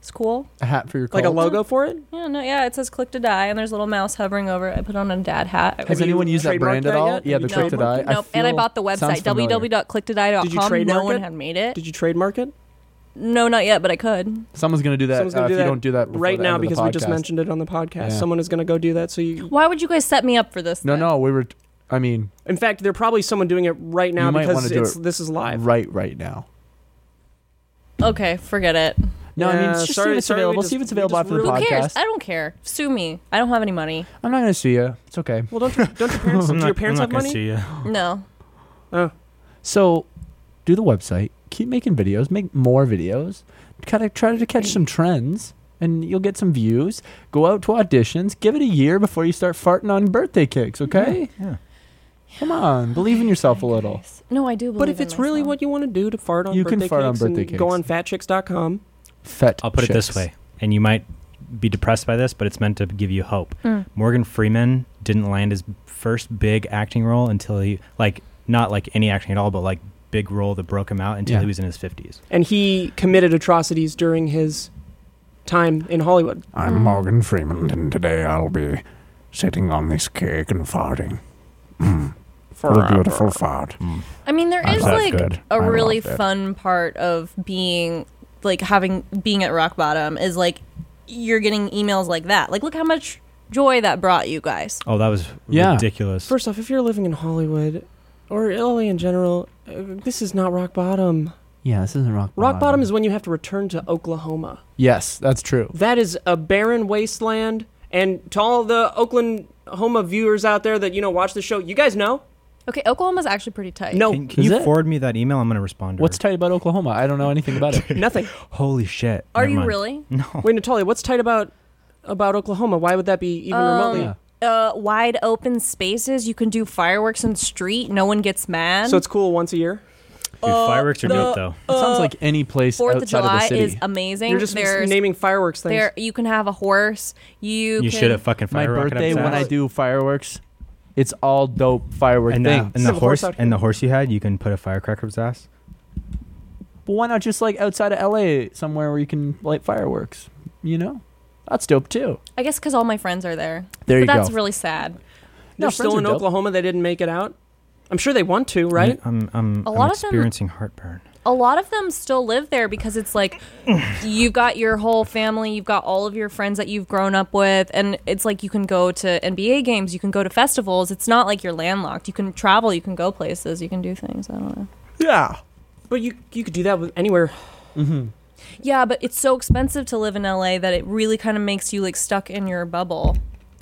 Speaker 4: It's cool.
Speaker 3: a hat for your cult.
Speaker 1: Like a logo for it.
Speaker 4: Yeah, no, yeah. It says "click to die," and there's a little mouse hovering over it. I put on a dad hat. I
Speaker 3: Has
Speaker 1: Have you
Speaker 3: anyone used that
Speaker 1: trademarked
Speaker 3: brand at
Speaker 1: that
Speaker 3: all?
Speaker 1: yet?
Speaker 3: Yeah,
Speaker 1: Have
Speaker 3: the
Speaker 1: you
Speaker 3: Click to Die.
Speaker 1: trademarked
Speaker 4: Nope. and I
Speaker 3: feel-
Speaker 4: bought the
Speaker 3: sounds
Speaker 4: website
Speaker 3: familiar.
Speaker 1: Did you
Speaker 4: www.clicktodie.com. No
Speaker 1: trademark
Speaker 4: one
Speaker 1: it?
Speaker 4: had made it.
Speaker 1: Did you trademark it
Speaker 4: No, not yet, but I could.
Speaker 3: Someone's gonna do that.
Speaker 1: Someone's gonna
Speaker 3: uh,
Speaker 1: do
Speaker 3: if
Speaker 1: that
Speaker 3: you don't do that before
Speaker 1: right
Speaker 3: the
Speaker 1: now
Speaker 3: end of the
Speaker 1: because we just
Speaker 3: podcast.
Speaker 1: mentioned it on the podcast?
Speaker 3: Yeah.
Speaker 1: Someone is going to go do that. So you,
Speaker 4: Why would you guys set me up for this?
Speaker 3: No,
Speaker 4: then?
Speaker 3: no, we were. I mean,
Speaker 1: in fact, there's probably someone doing it right now
Speaker 3: You might
Speaker 1: because
Speaker 3: wanna do
Speaker 1: it's
Speaker 3: it
Speaker 1: this is live.
Speaker 3: right, right now.
Speaker 4: Okay, forget it.
Speaker 3: No, I mean,
Speaker 1: Yeah,
Speaker 3: it's just
Speaker 1: sorry-
Speaker 3: see if it's
Speaker 1: sorry, we
Speaker 3: available.
Speaker 1: just-
Speaker 3: see if it's
Speaker 1: we
Speaker 3: available
Speaker 1: just
Speaker 3: after the
Speaker 1: ruined-
Speaker 4: Who
Speaker 3: podcast.
Speaker 4: cares? I don't care. Sue me. I don't have any money.
Speaker 3: I'm not gonna see you. It's okay.
Speaker 1: Well, don't your- don't your parents
Speaker 2: I'm
Speaker 1: do
Speaker 2: not,
Speaker 1: your parents
Speaker 2: I'm
Speaker 1: have
Speaker 2: not
Speaker 1: money?
Speaker 2: gonna see you.
Speaker 4: No.
Speaker 3: So, do the website. Keep making videos. Make more videos. Kind of try to catch some trends, and you'll get some views. Go out to auditions. Give it a year before you start farting on birthday cakes. Okay?
Speaker 2: Yeah.
Speaker 3: Come on, believe in yourself a little.
Speaker 4: No, I do. Believe
Speaker 1: But if
Speaker 4: in
Speaker 1: it's really
Speaker 4: myself.
Speaker 1: what you want to do to fart on
Speaker 3: You
Speaker 1: birthday
Speaker 3: can fart on
Speaker 1: cakes
Speaker 3: birthday
Speaker 1: and go on
Speaker 3: cakes.
Speaker 1: fatchicks.com.
Speaker 3: Fet.
Speaker 2: I'll put it this
Speaker 3: chicks.
Speaker 2: way, and you might be depressed by this, but it's meant to give you hope.
Speaker 4: Mm.
Speaker 2: Morgan Freeman didn't land his first big acting role until he like not like any acting at all, but like big role that broke him out until
Speaker 3: Yeah.
Speaker 2: he was in his fifties.
Speaker 1: And he committed atrocities during his time in Hollywood.
Speaker 4: Mm.
Speaker 5: I'm Morgan Freeman, and today I'll be sitting on this cake and farting. Mm. What a beautiful fart.
Speaker 3: Mm.
Speaker 4: I mean, there
Speaker 5: I
Speaker 4: is
Speaker 5: love
Speaker 4: like
Speaker 5: good. I
Speaker 4: a
Speaker 5: love
Speaker 4: really
Speaker 5: it.
Speaker 4: fun part of being like having being at rock bottom is like you're getting emails like that. Like, look how much joy that brought you guys.
Speaker 2: Oh, that was
Speaker 3: Yeah.
Speaker 2: ridiculous.
Speaker 1: First off, if you're living in Hollywood or LA in general, uh, this is not rock bottom.
Speaker 3: Yeah, this isn't rock.
Speaker 1: Rock bottom is when you have to return to Oklahoma.
Speaker 3: Yes, that's true.
Speaker 1: That is a barren wasteland. And to all the Oklahoma viewers out there that, you know, watch the show, you guys know.
Speaker 4: Okay, Oklahoma's actually pretty tight.
Speaker 1: No,
Speaker 2: can, can
Speaker 3: Is
Speaker 2: you
Speaker 3: it?
Speaker 2: forward me that email? I'm gonna respond. To
Speaker 3: What's
Speaker 2: her.
Speaker 3: tight about Oklahoma? I don't know anything about it.
Speaker 1: nothing.
Speaker 2: holy shit?
Speaker 4: Are
Speaker 2: Never
Speaker 4: you
Speaker 2: mind.
Speaker 4: really?
Speaker 2: No.
Speaker 1: Wait, Natalia, what's tight about about Oklahoma? Why would that be even remotely?
Speaker 3: Yeah.
Speaker 4: Uh, wide open spaces. You can do fireworks in the street. No one gets mad.
Speaker 1: So it's cool once a year.
Speaker 2: Dude, fireworks are
Speaker 4: Uh, the-
Speaker 2: dope though.
Speaker 3: It sounds like any place
Speaker 4: Uh, Fourth of
Speaker 3: outside of,
Speaker 4: July
Speaker 3: the
Speaker 4: is
Speaker 3: city.
Speaker 4: amazing.
Speaker 1: You're just
Speaker 4: There's
Speaker 1: naming fireworks things.
Speaker 4: there. You can have a horse. You
Speaker 2: You
Speaker 4: can,
Speaker 2: should have fucking
Speaker 3: My
Speaker 2: fireworks.
Speaker 3: birthday when I do fireworks, it's all dope firework
Speaker 2: and
Speaker 3: things.
Speaker 2: the, and the
Speaker 1: Some horse
Speaker 2: horse
Speaker 1: out
Speaker 2: and
Speaker 1: here.
Speaker 2: the horse you had, you can put a firecracker up his ass.
Speaker 3: but why not just like outside of LA, somewhere where you can light fireworks? You know, that's dope too.
Speaker 4: I guess because all my friends are there.
Speaker 3: There
Speaker 4: but
Speaker 3: you
Speaker 4: that's
Speaker 3: go.
Speaker 4: really sad.
Speaker 1: They're
Speaker 3: No, friends
Speaker 1: still
Speaker 3: are
Speaker 1: in
Speaker 3: dope.
Speaker 1: Oklahoma. They didn't make it out. I'm sure they want to, right?
Speaker 2: I'm I'm,
Speaker 4: A
Speaker 2: I'm
Speaker 4: lot of them-
Speaker 2: experiencing heartburn.
Speaker 4: A lot of them still live there because it's like you've got your whole family, you've got all of your friends that you've grown up with, and it's like you can go to NBA games, you can go to festivals. It's not like you're landlocked. You can travel, you can go places, you can do things. I don't know.
Speaker 3: Yeah.
Speaker 1: But you you could do that with anywhere.
Speaker 3: Mm-hmm.
Speaker 4: Yeah, but it's so expensive to live in LA that it really kind of makes you like stuck in your bubble.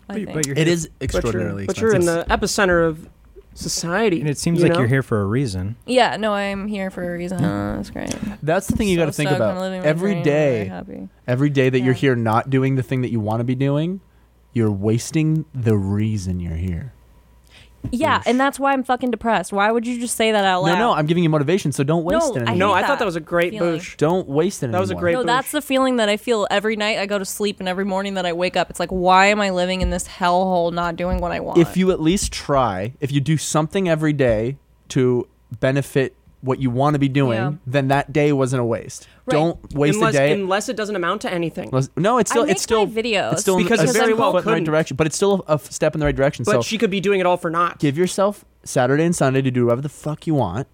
Speaker 4: I think.
Speaker 2: you're
Speaker 5: It is
Speaker 1: But you're, but you're in the epicenter of society.
Speaker 2: And it seems
Speaker 1: you
Speaker 2: like
Speaker 1: know?
Speaker 2: you're here for a reason.
Speaker 4: yeah, no, I'm here for a reason. Oh, that's great.
Speaker 3: That's the thing you
Speaker 4: So
Speaker 3: got to Uh, think
Speaker 4: stoked. I'm
Speaker 3: about.
Speaker 4: living my
Speaker 3: Every
Speaker 4: dream. I'm really
Speaker 3: day,
Speaker 4: happy.
Speaker 3: every day that you're
Speaker 4: Yeah.
Speaker 3: here not doing the thing that you want to be doing, you're wasting the reason you're here.
Speaker 4: Yeah, and that's why I'm fucking depressed. Why would you just say that out loud?
Speaker 3: No, no, I'm giving you motivation, so don't waste
Speaker 4: No,
Speaker 3: it.
Speaker 4: I
Speaker 3: Anymore.
Speaker 1: No,
Speaker 4: hate
Speaker 1: I thought
Speaker 4: that
Speaker 1: that was a great
Speaker 4: feeling.
Speaker 1: boosh.
Speaker 3: don't waste it.
Speaker 1: That was a
Speaker 3: anymore.
Speaker 1: great-
Speaker 4: No, that's the feeling that I feel every night I go to sleep and every morning that I wake up. It's like, why am I living in this hellhole not doing what I want?
Speaker 3: if you at least try, if you do something every day to benefit what you want to be doing,
Speaker 4: Yeah.
Speaker 3: then that day wasn't a waste.
Speaker 4: Right.
Speaker 3: Don't waste
Speaker 1: unless,
Speaker 3: a day.
Speaker 1: unless it doesn't amount to anything.
Speaker 3: unless- no, it's
Speaker 4: I
Speaker 3: still
Speaker 4: make
Speaker 3: it's still
Speaker 4: my videos
Speaker 3: it's still in-
Speaker 1: Because
Speaker 3: a
Speaker 1: it very
Speaker 3: step
Speaker 1: well
Speaker 3: in the right
Speaker 1: couldn't.
Speaker 3: direction, but it's still a, a step in the right direction.
Speaker 1: But
Speaker 3: so
Speaker 1: she could be doing it all for naught.
Speaker 3: give yourself Saturday and Sunday to do whatever the fuck you want,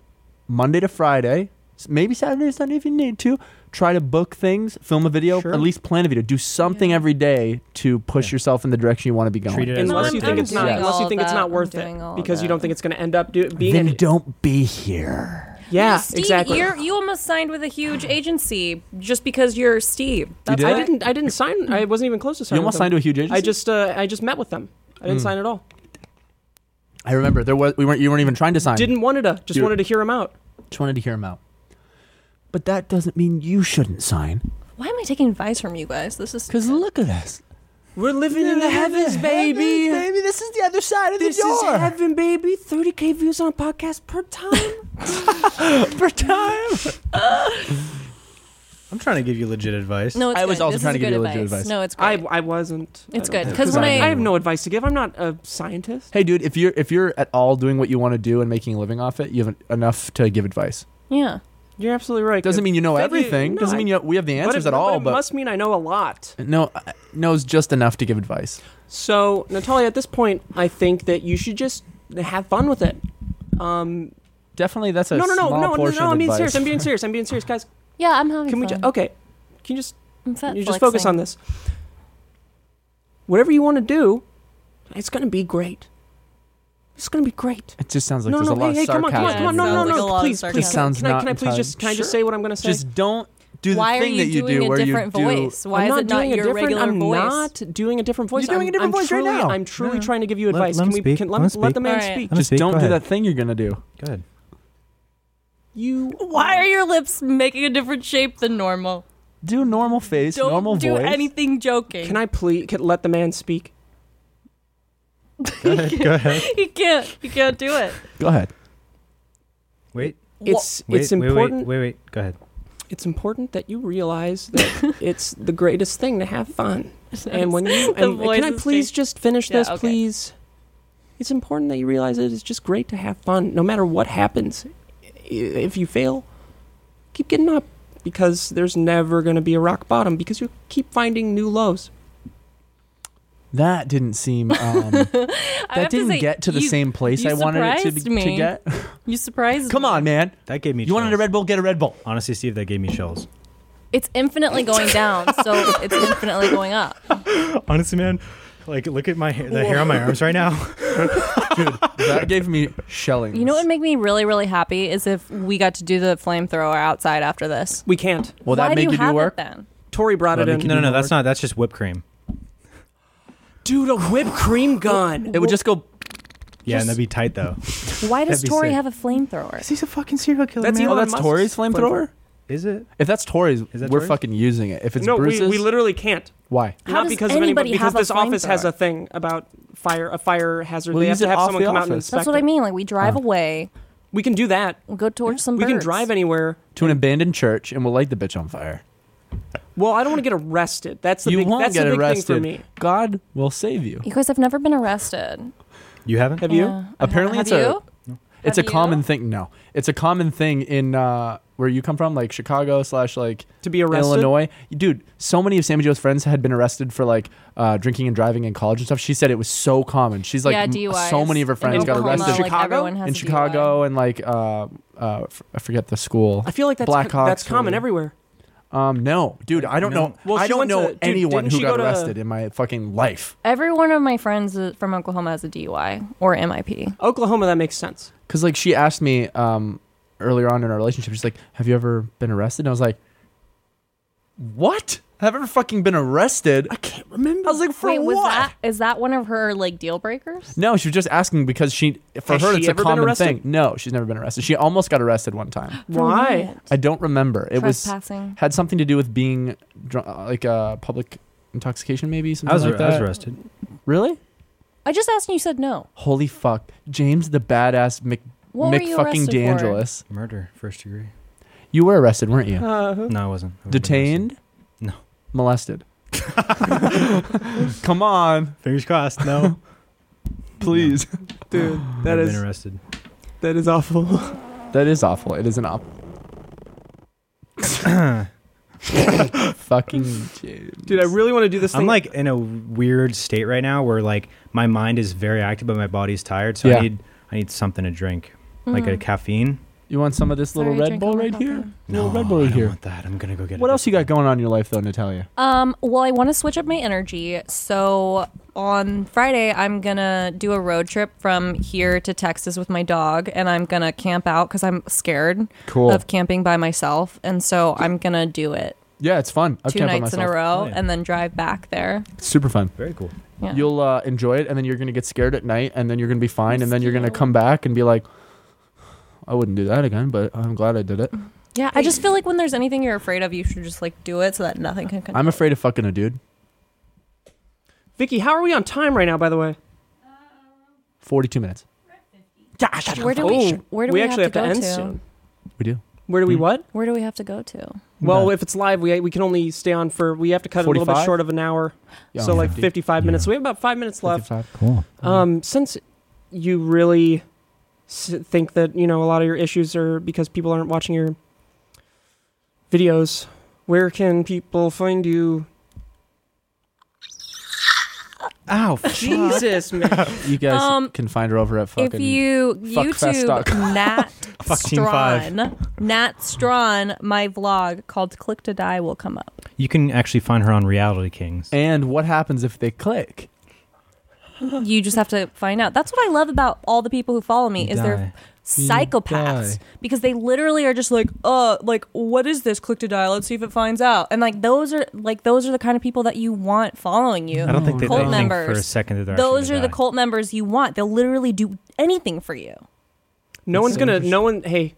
Speaker 3: Monday to Friday, s- maybe Saturday and Sunday if you need to. try to book things, film a video,
Speaker 1: Sure.
Speaker 3: at least plan a video, do something every day to push yourself in the direction you want to be going.
Speaker 2: Treat it as
Speaker 1: unless you
Speaker 2: work
Speaker 1: think
Speaker 2: day.
Speaker 1: it's not,
Speaker 4: doing
Speaker 1: unless
Speaker 4: all
Speaker 1: you think it's
Speaker 4: that.
Speaker 1: not
Speaker 4: I'm
Speaker 1: worth
Speaker 4: doing
Speaker 1: it
Speaker 4: all
Speaker 1: because you
Speaker 4: that.
Speaker 1: don't think it's going to end up do, being.
Speaker 5: Then
Speaker 1: any-
Speaker 5: don't be here.
Speaker 1: yeah,
Speaker 4: Steve,
Speaker 1: exactly.
Speaker 4: You're, you almost signed with a huge agency just because you're Steve. That's
Speaker 3: did?
Speaker 1: I
Speaker 4: why-
Speaker 1: didn't. I didn't sign. I wasn't even close to
Speaker 3: You
Speaker 1: signing.
Speaker 3: almost
Speaker 1: with
Speaker 3: signed to
Speaker 1: them.
Speaker 3: a Mm. huge agency.
Speaker 1: I just. Uh, I just met with them. I didn't sign at all.
Speaker 3: I remember there was we weren't you weren't even trying to sign.
Speaker 1: Didn't wanted to. Just
Speaker 3: You're-
Speaker 1: wanted to hear him out.
Speaker 3: just wanted to hear him out.
Speaker 5: But that doesn't mean you shouldn't sign.
Speaker 4: Why am I taking advice from you guys? This is
Speaker 3: Cause look at us,
Speaker 1: We're living in the heavens, baby.
Speaker 3: baby. This is the other side of
Speaker 1: This
Speaker 3: the
Speaker 1: is
Speaker 3: door.
Speaker 1: heaven, baby. 30k views on a podcast per time.
Speaker 3: for time.
Speaker 2: I'm trying to give you legit advice.
Speaker 4: no. It's
Speaker 3: I was
Speaker 4: good.
Speaker 3: also
Speaker 4: This
Speaker 3: trying
Speaker 4: is
Speaker 3: to give
Speaker 4: good
Speaker 3: you legit advice.
Speaker 4: No, it's
Speaker 1: I,
Speaker 4: great.
Speaker 1: I wasn't.
Speaker 4: It's
Speaker 1: I don't
Speaker 4: good,
Speaker 1: think.
Speaker 4: 'cause when I-
Speaker 1: I have no advice to give. I'm not a scientist.
Speaker 3: Hey, dude, if you're if you're at all doing what you want to do and making a living off it, you have enough to give advice.
Speaker 4: yeah.
Speaker 1: You're absolutely right.
Speaker 3: Doesn't mean you know
Speaker 1: Thank you.
Speaker 3: everything.
Speaker 1: No, I-
Speaker 3: Doesn't mean you, we have the
Speaker 1: But
Speaker 3: answers
Speaker 1: it-
Speaker 3: at all.
Speaker 1: it
Speaker 3: But
Speaker 1: must mean I know a lot.
Speaker 3: no, I- knows just enough to give advice.
Speaker 1: So, Natalia, at this point, I think that you should just have fun with it. Um,
Speaker 3: Definitely, that's a
Speaker 1: no, no, no,
Speaker 3: small
Speaker 1: no, no,
Speaker 3: portion
Speaker 1: no.
Speaker 3: of
Speaker 1: I'm being
Speaker 3: advice.
Speaker 1: serious. I'm being serious. I'm being serious, guys.
Speaker 4: Yeah, I'm having
Speaker 1: Can we?
Speaker 4: fun.
Speaker 1: Ju- okay. Can you just
Speaker 4: I'm fat
Speaker 1: you just focus
Speaker 4: flexing.
Speaker 1: on this? Whatever you want to do, it's gonna be great. It's gonna be great.
Speaker 3: It just sounds like
Speaker 1: no,
Speaker 3: there's
Speaker 1: no,
Speaker 3: a lot
Speaker 1: hey, hey,
Speaker 3: of
Speaker 1: come
Speaker 3: sarcasm.
Speaker 1: on, come on,
Speaker 4: Yeah,
Speaker 1: come on,
Speaker 4: it
Speaker 1: no, no,
Speaker 4: sounds like a
Speaker 1: no,
Speaker 4: lot of
Speaker 1: please, please,
Speaker 4: sarcasm.
Speaker 1: can,
Speaker 3: Just
Speaker 1: can I,
Speaker 3: sounds
Speaker 1: can I
Speaker 3: not
Speaker 1: please just, can I
Speaker 3: entirely-
Speaker 1: just say what I'm gonna say?
Speaker 3: Just don't do the
Speaker 4: Why are
Speaker 3: thing
Speaker 4: you
Speaker 3: that you
Speaker 4: doing
Speaker 3: do
Speaker 4: a
Speaker 3: where
Speaker 4: different
Speaker 3: you
Speaker 4: voice?
Speaker 3: do.
Speaker 4: Why
Speaker 1: I'm
Speaker 4: is
Speaker 1: not
Speaker 4: it not
Speaker 1: doing a
Speaker 4: your
Speaker 1: different.
Speaker 4: regular
Speaker 1: I'm
Speaker 4: voice?
Speaker 1: not doing a different voice.
Speaker 3: You're
Speaker 1: I'm,
Speaker 3: doing a different
Speaker 1: I'm
Speaker 3: voice right
Speaker 1: truly,
Speaker 3: now.
Speaker 1: I'm truly
Speaker 2: No, no.
Speaker 1: trying to give you
Speaker 2: Let-
Speaker 1: advice.
Speaker 2: let
Speaker 1: can
Speaker 2: him
Speaker 1: we?
Speaker 2: speak.
Speaker 1: Can,
Speaker 2: Let him
Speaker 1: let, let the
Speaker 2: speak.
Speaker 1: man
Speaker 4: Alright.
Speaker 1: speak.
Speaker 2: Let me
Speaker 3: Just
Speaker 2: speak,
Speaker 3: don't
Speaker 2: go
Speaker 3: do
Speaker 2: ahead.
Speaker 3: that thing you're gonna do.
Speaker 2: Go ahead.
Speaker 1: You.
Speaker 4: Why are your lips making a different shape than normal?
Speaker 3: Do normal face,
Speaker 4: Don't
Speaker 3: normal
Speaker 4: do
Speaker 3: voice.
Speaker 4: anything joking.
Speaker 1: Can I please can, let the man speak?
Speaker 2: Go ahead. Go ahead.
Speaker 4: you can't. You can't do it.
Speaker 3: Go ahead.
Speaker 2: Wait.
Speaker 1: It's
Speaker 2: wait,
Speaker 1: it's
Speaker 2: wait, wait,
Speaker 1: important.
Speaker 2: Wait, wait, Go ahead.
Speaker 1: It's important that you realize that it's the greatest thing to have fun. And when you
Speaker 4: The
Speaker 1: and can I
Speaker 4: voices
Speaker 1: please
Speaker 4: change.
Speaker 1: just finish
Speaker 4: Yeah,
Speaker 1: this,
Speaker 4: okay.
Speaker 1: please? It's important that you realize it is just great to have fun, no matter what happens. I- If you fail, keep getting up because there's never going to be a rock bottom because you keep finding new lows.
Speaker 3: That didn't seem. Um, that
Speaker 4: I have to
Speaker 3: didn't
Speaker 4: say,
Speaker 3: get to the
Speaker 4: you-
Speaker 3: same place
Speaker 4: you
Speaker 3: I wanted it to,
Speaker 4: surprised
Speaker 3: to
Speaker 4: me.
Speaker 3: get.
Speaker 4: You surprised.
Speaker 3: Come
Speaker 4: me.
Speaker 3: on, man.
Speaker 2: That gave me.
Speaker 3: You wanted a
Speaker 2: chills.
Speaker 3: Red Bull? Get a Red Bull.
Speaker 2: Honestly, Steve, that gave me chills.
Speaker 4: It's infinitely going down, so it's infinitely going up.
Speaker 2: Honestly, man, like look at my hair, the hair on my arms right now.
Speaker 3: That gave me shelling.
Speaker 4: You know what would make me really, really happy is if we got to do the flamethrower outside after this.
Speaker 1: We can't.
Speaker 3: Will that
Speaker 4: Why do
Speaker 3: make
Speaker 4: you,
Speaker 3: you
Speaker 4: have
Speaker 3: do work?
Speaker 4: it then?
Speaker 1: Tori brought it in.
Speaker 2: no, no, no. That's not. That's just whipped cream.
Speaker 1: Dude, a whipped cream gun.
Speaker 3: It would just go.
Speaker 2: Yeah, and that'd be tight though.
Speaker 4: Why does
Speaker 2: That'd be
Speaker 4: Tori
Speaker 2: sick.
Speaker 4: have a flamethrower?
Speaker 2: He's a fucking serial killer.
Speaker 1: That's man.
Speaker 3: Oh,
Speaker 1: Elon
Speaker 3: that's
Speaker 1: Musk's
Speaker 3: Tori's
Speaker 1: flamethrower.
Speaker 3: flamethrower.
Speaker 2: Is it?
Speaker 3: If that's Tori's,
Speaker 2: Is that
Speaker 3: we're
Speaker 2: Tori's?
Speaker 3: fucking using it. If it's
Speaker 1: no, we,
Speaker 3: Bruce's,
Speaker 1: we literally can't.
Speaker 3: why?
Speaker 4: How
Speaker 1: not
Speaker 4: does
Speaker 1: because of anybody,
Speaker 4: anybody
Speaker 1: because
Speaker 4: have a
Speaker 1: this office has
Speaker 4: flamethrower?
Speaker 1: a thing about fire, a fire hazard.
Speaker 3: We'll
Speaker 1: they have
Speaker 3: use
Speaker 1: to
Speaker 3: it
Speaker 1: have
Speaker 3: off
Speaker 1: someone
Speaker 3: the
Speaker 1: come out and
Speaker 3: office.
Speaker 1: inspect.
Speaker 4: That's what I
Speaker 1: it.
Speaker 4: mean. Like we drive
Speaker 3: Oh.
Speaker 4: away,
Speaker 1: We can do that.
Speaker 4: we'll go torch some
Speaker 1: we can
Speaker 4: birds.
Speaker 1: drive anywhere.
Speaker 3: To an abandoned church, and we'll light the bitch on fire.
Speaker 1: Well, I don't want to get arrested. That's the
Speaker 3: you
Speaker 1: big,
Speaker 3: won't
Speaker 1: that's
Speaker 3: get
Speaker 1: the big
Speaker 3: arrested.
Speaker 1: thing for me.
Speaker 3: God will save you.
Speaker 4: You guys have never been arrested.
Speaker 2: You haven't?
Speaker 1: Have you?
Speaker 4: Yeah.
Speaker 3: Apparently,
Speaker 4: have
Speaker 3: it's a-
Speaker 4: you?
Speaker 3: It's
Speaker 4: Have
Speaker 3: a
Speaker 4: you?
Speaker 3: common thing. No, it's a common thing in uh, where you come from, like Chicago slash like
Speaker 1: To be arrested?
Speaker 3: Illinois. Dude, so many of Sammy Joe's friends had been arrested for like uh, drinking and driving in college and stuff. She said it was so common. She's like,
Speaker 4: yeah,
Speaker 3: m-
Speaker 4: DUIs.
Speaker 3: so many of her
Speaker 4: In
Speaker 3: friends got
Speaker 4: Oklahoma,
Speaker 3: arrested
Speaker 4: like,
Speaker 1: Chicago?
Speaker 4: everyone has
Speaker 3: in
Speaker 4: a DUI.
Speaker 3: Chicago and like uh, uh, f- I forget the school.
Speaker 1: I feel like that's
Speaker 3: Black
Speaker 1: co- that's
Speaker 3: Hawks
Speaker 1: common
Speaker 3: or-
Speaker 1: everywhere.
Speaker 3: Um, no, dude, I don't know.
Speaker 1: Well,
Speaker 3: I
Speaker 1: she
Speaker 3: don't
Speaker 1: went to-
Speaker 3: know
Speaker 1: dude,
Speaker 3: anyone
Speaker 1: didn't
Speaker 3: who
Speaker 1: she
Speaker 3: got
Speaker 1: go to-
Speaker 3: arrested in my fucking life
Speaker 4: Every one of my friends uh, from Oklahoma has a DUI or MIP.
Speaker 1: Oklahoma, that makes sense.
Speaker 3: because like she asked me um, earlier on in our relationship. She's like, "Have you ever been arrested?" And I was like, "What? Have I ever fucking been arrested?"
Speaker 1: I can't remember.
Speaker 3: I was like, for
Speaker 4: Wait, was
Speaker 3: what?
Speaker 4: that is that one of her like deal breakers?
Speaker 3: No, she was just asking because she, for
Speaker 1: Has
Speaker 3: her,
Speaker 1: she
Speaker 3: it's a
Speaker 1: ever been
Speaker 3: common
Speaker 1: arrested?
Speaker 3: thing. No, she's never been arrested. She almost got arrested one time.
Speaker 1: Why?
Speaker 3: I don't remember. It was
Speaker 4: Trespassing.
Speaker 3: had something to do with being drunk, like uh, public intoxication, maybe something
Speaker 2: I was,
Speaker 3: like
Speaker 2: I was
Speaker 3: that.
Speaker 2: arrested.
Speaker 3: Really?
Speaker 4: I just asked and you said no.
Speaker 3: Holy fuck, James the badass Mc
Speaker 4: What were
Speaker 3: Mc
Speaker 4: you
Speaker 3: fucking
Speaker 4: arrested for?
Speaker 3: DeAngelis.
Speaker 2: Murder, first degree.
Speaker 3: You were arrested, weren't you?
Speaker 1: Uh,
Speaker 2: No, I wasn't. I would've been
Speaker 3: Detained?
Speaker 2: No.
Speaker 3: Molested. Come on,
Speaker 2: arrested. Fingers crossed. No.
Speaker 3: please.
Speaker 1: dude, that
Speaker 2: I've
Speaker 1: is
Speaker 2: been arrested.
Speaker 1: that is awful.
Speaker 3: That is awful. It is an awful. fucking James.
Speaker 1: Dude, I really want to do this thing.
Speaker 2: I'm like in a weird state right now where like my mind is very active, but my body's tired. So
Speaker 3: Yeah.
Speaker 4: Mm. Mm-hmm.
Speaker 2: I need I need something to drink, like a caffeine.
Speaker 3: You want some of this little
Speaker 4: Sorry, I
Speaker 3: Red
Speaker 4: drank
Speaker 3: Bull
Speaker 4: all my
Speaker 3: right
Speaker 4: coffee.
Speaker 3: here? little Red Bull
Speaker 2: I
Speaker 3: right
Speaker 2: don't
Speaker 3: here.
Speaker 2: want that. I'm gonna go get. a
Speaker 3: What else you got
Speaker 2: different
Speaker 3: going on in your life though, Natalia?
Speaker 4: Um, well, I want to switch up my energy. So on Friday, I'm going to do a road trip from here to Texas with my dog, and I'm going to camp out because I'm scared
Speaker 3: Cool.
Speaker 4: of camping by myself. And so I'm going to do it
Speaker 3: Yeah, it's fun. I've
Speaker 4: two
Speaker 3: camped by
Speaker 4: nights in a
Speaker 3: myself.
Speaker 4: row
Speaker 2: Yeah.
Speaker 4: and then drive back there.
Speaker 3: It's super fun.
Speaker 2: one. Very cool.
Speaker 4: Yeah.
Speaker 3: You'll uh, enjoy it, and then you're gonna get scared at night, and then you're gonna be fine, and then you're gonna
Speaker 4: Scared.
Speaker 3: come back and be like, "I wouldn't do that again," but I'm glad I did it.
Speaker 4: yeah, I just feel like when there's anything you're afraid of, you should just like do it so that nothing can.
Speaker 3: I'm afraid of fucking a dude.
Speaker 1: Vicky, how are we on time right now? By the way,
Speaker 3: Forty-two minutes.
Speaker 4: Where do we?
Speaker 1: Oh,
Speaker 4: Where do
Speaker 1: we,
Speaker 4: we,
Speaker 1: actually have to,
Speaker 4: go
Speaker 1: end
Speaker 4: to?
Speaker 1: soon.
Speaker 3: We do.
Speaker 1: Where do we
Speaker 3: Hmm.
Speaker 1: what?
Speaker 4: Where do we have to go to?
Speaker 1: Well,
Speaker 3: About
Speaker 1: if it's live, we we can only stay on for we have to cut it a little bit
Speaker 3: 45?
Speaker 1: short of an hour,
Speaker 3: Yeah,
Speaker 1: so like
Speaker 3: 50.
Speaker 1: 55 minutes.
Speaker 2: Yeah.
Speaker 1: So we have about five minutes left.
Speaker 3: 55.
Speaker 2: Cool.
Speaker 4: Uh-huh.
Speaker 1: Um, since you really s- think that you know a lot of your issues are because people aren't watching your videos, where can people find you?
Speaker 2: Ow.
Speaker 1: Jesus, man.
Speaker 3: You guys
Speaker 4: Um,
Speaker 3: can find her over at fucking.
Speaker 4: if you
Speaker 3: fuckfest.com.
Speaker 4: YouTube Nat
Speaker 2: Fucking five.
Speaker 4: Strawn, Nat Strawn, my vlog called "Click to Die" will come up.
Speaker 2: You can actually find her on Reality Kings.
Speaker 3: and what happens if they click?
Speaker 4: You just have to find out. That's what I love about all the people who follow me
Speaker 2: You
Speaker 4: is
Speaker 2: die.
Speaker 4: they're psychopaths
Speaker 3: die.
Speaker 4: because they literally are just like, uh, like what is this? Click to die. Let's see if it finds out. And like those are like those are the kind of people that you want following you.
Speaker 2: I don't think that
Speaker 4: Cult
Speaker 2: they think for a
Speaker 4: members.
Speaker 2: second that they're
Speaker 4: Those
Speaker 2: actually
Speaker 4: are the
Speaker 2: gonna
Speaker 4: cult members you want. They'll literally do anything for you.
Speaker 1: no one's gonna. No one. Hey,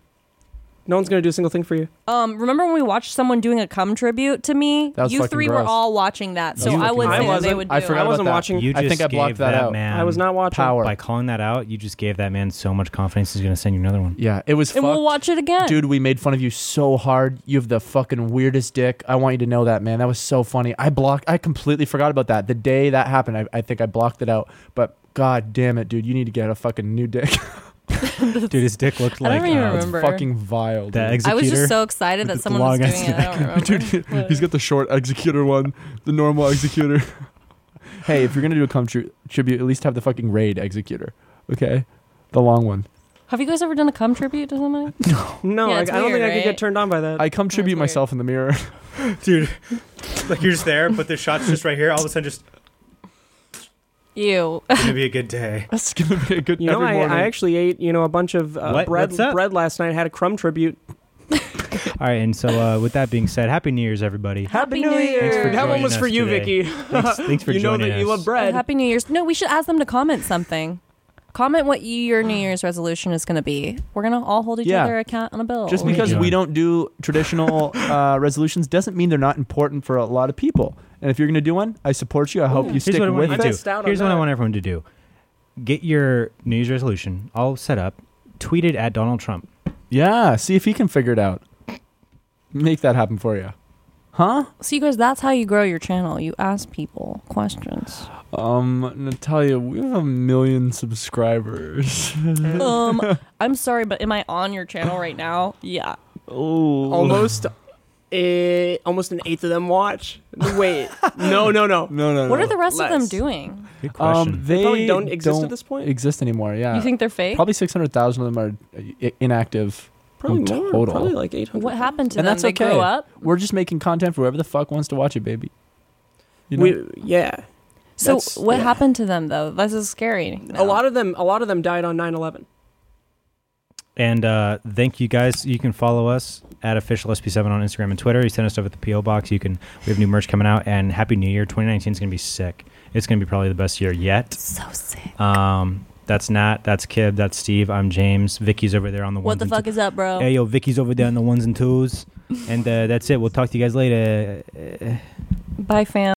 Speaker 1: no one's gonna do a single thing for you.
Speaker 4: Um, remember when we watched someone doing a cum tribute to me?
Speaker 3: That was
Speaker 4: you
Speaker 3: fucking
Speaker 4: three were
Speaker 3: gross.
Speaker 4: all watching that, so
Speaker 2: You-
Speaker 4: I would
Speaker 1: I
Speaker 4: say that they
Speaker 1: wasn't.
Speaker 4: would do.
Speaker 3: I forgot
Speaker 1: I wasn't
Speaker 3: about that.
Speaker 1: watching.
Speaker 2: die. You
Speaker 3: I
Speaker 2: just
Speaker 3: think I blocked
Speaker 2: gave
Speaker 3: that
Speaker 2: that,
Speaker 3: out.
Speaker 2: man.
Speaker 1: I was not watching.
Speaker 3: Power.
Speaker 2: By calling that out, you just gave that man so much confidence. He's gonna send you another one.
Speaker 3: Yeah, it was.
Speaker 4: and
Speaker 3: fucked.
Speaker 4: we'll watch it again.
Speaker 3: Dude, we made fun of you so hard. You have the fucking weirdest dick. I want you to know that, man. That was so funny. I blocked. I completely forgot about that. The day that happened, I, I think I blocked it out. But god damn it, dude, you need to get a fucking new dick.
Speaker 2: Dude, his dick looked
Speaker 4: I
Speaker 2: like
Speaker 4: don't even
Speaker 2: uh,
Speaker 4: remember.
Speaker 3: Fucking vile. Dude.
Speaker 2: the executor.
Speaker 4: I was just so excited
Speaker 3: With the
Speaker 4: that someone was
Speaker 3: long
Speaker 4: doing it. I don't remember.
Speaker 3: Dude, he's got the short executor one, the normal executor. hey, if you're gonna do a cum tri- tribute, at least have the fucking raid executor. Okay, the long one.
Speaker 4: Have you guys ever done a cum tribute to somebody?
Speaker 1: No,
Speaker 4: Yeah,
Speaker 1: I, I
Speaker 4: it's
Speaker 1: don't
Speaker 4: weird,
Speaker 1: think I could
Speaker 4: right?
Speaker 1: get turned on by that.
Speaker 3: I cum tribute
Speaker 4: Uh, weird.
Speaker 3: myself in the mirror.
Speaker 7: dude. Like you're just there, but the shot's just right here. All of a sudden, just
Speaker 4: Ew.
Speaker 7: it's gonna be a good day.
Speaker 3: That's gonna be a good.
Speaker 1: you know,
Speaker 3: every
Speaker 1: I,
Speaker 3: morning.
Speaker 1: I actually ate you know a bunch of uh,
Speaker 2: What?
Speaker 1: bread
Speaker 2: What's up?
Speaker 1: bread last night. Had a crumb tribute.
Speaker 2: All right, and so uh, with that being said, Happy New Year's, everybody.
Speaker 4: Happy New Year.
Speaker 2: for
Speaker 1: That one
Speaker 2: joining
Speaker 1: was
Speaker 2: us
Speaker 1: for you, Vicky.
Speaker 2: today. Thanks, thanks for
Speaker 1: Uh, you know
Speaker 2: joining
Speaker 1: that
Speaker 2: us.
Speaker 1: you love bread.
Speaker 4: Happy New Year's. No, we should ask them to comment something. Comment what your New Year's resolution is going to be. We're going to all hold each
Speaker 3: Yeah.
Speaker 4: other
Speaker 1: Oh.
Speaker 4: accountable.
Speaker 3: Just because
Speaker 2: doing?
Speaker 3: we don't do traditional uh, resolutions doesn't mean they're not important for a lot of people. And if you're going to do one, I support you. I hope you
Speaker 2: Here's
Speaker 3: stick
Speaker 2: what I want
Speaker 3: with
Speaker 2: you
Speaker 1: I
Speaker 2: to
Speaker 3: it.
Speaker 1: missed out
Speaker 2: do.
Speaker 1: on
Speaker 2: Here's what I
Speaker 1: that.
Speaker 2: want everyone to do: get your New Year's resolution all set up, tweet it at Donald Trump.
Speaker 3: Yeah, see if he can figure it out. Make that happen for you. Huh?
Speaker 4: so you guys, that's how you grow your channel. You ask people questions.
Speaker 3: Um, Natalia, we have a million subscribers.
Speaker 4: um, I'm sorry, but am I on your channel right now? Yeah.
Speaker 3: oh,
Speaker 1: almost eh, almost an eighth of them watch. Wait, no, no, no.
Speaker 3: no, no, no.
Speaker 4: What are the rest of them
Speaker 1: less.
Speaker 4: doing?
Speaker 2: Good question.
Speaker 3: Um,
Speaker 1: They
Speaker 3: they
Speaker 1: probably don't exist at this point.
Speaker 3: Exist anymore? Yeah.
Speaker 4: You think they're fake?
Speaker 3: probably six hundred thousand of them are uh, i- inactive.
Speaker 1: Probably
Speaker 3: in
Speaker 1: more.
Speaker 3: total.
Speaker 1: Probably like eight hundred.
Speaker 4: what happened to
Speaker 3: And
Speaker 4: them?
Speaker 3: that's
Speaker 4: they
Speaker 3: okay.
Speaker 4: grew up.
Speaker 3: We're just making content for whoever the fuck wants to watch it, baby. You know?
Speaker 1: We, yeah.
Speaker 4: So
Speaker 1: That's-
Speaker 4: what
Speaker 1: yeah.
Speaker 4: happened to them though? This is scary.
Speaker 1: A lot of them. A lot of them died on 9-11.
Speaker 2: And uh, thank you guys. You can follow us at official SP7 on Instagram and Twitter. You send us stuff at the PO box. You can. We have new merch coming out, and Happy New Year 2019 is going to be sick. It's going to be probably the best year yet.
Speaker 4: so sick.
Speaker 1: Uh,
Speaker 2: Um, that's Nat. That's Kib. That's Steve. I'm James. Vicky's over there on the ones.
Speaker 4: What the
Speaker 2: and
Speaker 4: fuck is up, bro?
Speaker 2: two- Hey yo, Vicky's over there on the ones and twos. And uh, that's it. We'll talk to you guys later.
Speaker 4: Bye, fam.